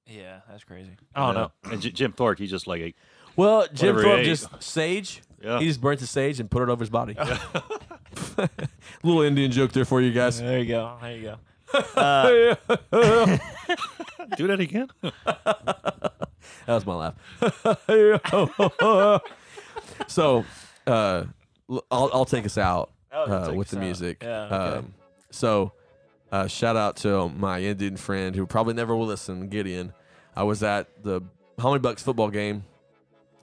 S1: Yeah, that's crazy. Oh
S3: yeah.
S1: no.
S3: And J- Jim Thorpe, he just like ate.
S2: Well, Jim
S3: Whatever he
S2: Thorpe
S3: ate.
S2: just sage.
S3: Yeah.
S2: He just burnt the sage and put it over his body. Little Indian joke there for you guys.
S1: There you go. There you go.
S3: Do that again?
S2: That was my laugh. so, uh, l- I'll, I'll take us out
S1: Oh, you'll
S2: uh,
S1: take
S2: with
S1: us
S2: the
S1: out.
S2: music.
S1: Yeah, okay.
S2: um, so, uh, shout out to my Indian friend who probably never will listen, Gideon. I was at the Homie Bucks football game.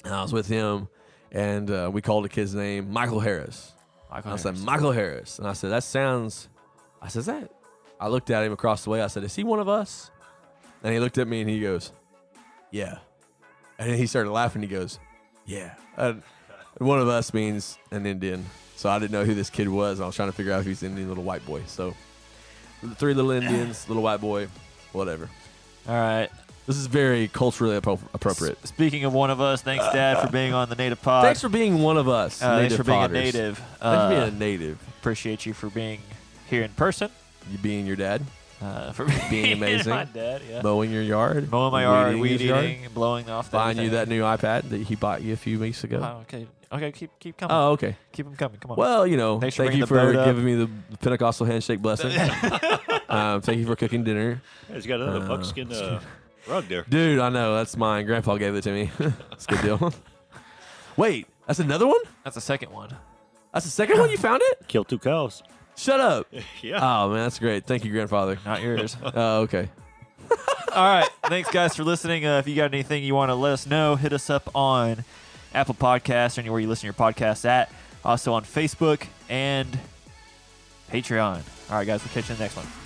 S2: And I was with him, and uh, we called the kid's name Michael Harris.
S1: Michael
S2: And I
S1: Harris.
S2: said Michael Harris, and I said that sounds. I said "Is that. I looked at him across the way. I said, "Is he one of us?" And he looked at me and he goes, "Yeah." And then he started laughing. He goes, "Yeah." And one of us means an Indian. So I didn't know who this kid was. and I was trying to figure out if he's an Indian little white boy. So three little Indians, little white boy, whatever.
S1: All right.
S2: This is very culturally appro- appropriate.
S1: S- speaking of one of us, thanks, Dad, for being on the Native Pod.
S2: Thanks for being one of us.
S1: Uh, thanks
S2: native
S1: for being
S2: podders.
S1: a native.
S2: Thanks
S1: Uh,
S2: for being a native.
S1: appreciate you for being here in person.
S2: You being your dad,
S1: Uh, for being,
S2: amazing.
S1: my dad, yeah.
S2: mowing your yard,
S1: Mowing my yard,
S2: weeding
S1: weed
S2: his yard,
S1: eating, blowing off. the
S2: buying you that
S1: everything.
S2: new iPad that he bought you a few weeks ago.
S1: Oh, okay, okay, keep keep coming.
S2: Oh, okay.
S1: Keep them coming. Come on.
S2: Well, you know,
S1: Thanks for
S2: thank
S1: bringing
S2: you
S1: the boat
S2: for
S1: up.
S2: giving me the Pentecostal handshake blessing. um, thank you for cooking dinner,
S3: He's got another
S2: Uh,
S3: buckskin uh, rug there.
S2: dude. I know that's mine. Grandpa gave it to me. It's a good deal. Wait, that's another one.
S1: that's the second one.
S2: That's the second one you found it.
S3: Killed two cows.
S2: Shut up.
S3: Yeah.
S2: Oh man, that's great. Thank you, grandfather.
S1: Not yours.
S2: Oh, okay.
S1: All right. Thanks, guys, for listening. Uh, if you got anything you want to let us know, hit us up on Apple Podcasts or anywhere you listen to your podcasts at. Also on Facebook and Patreon. All right, guys, we'll catch you in the next one.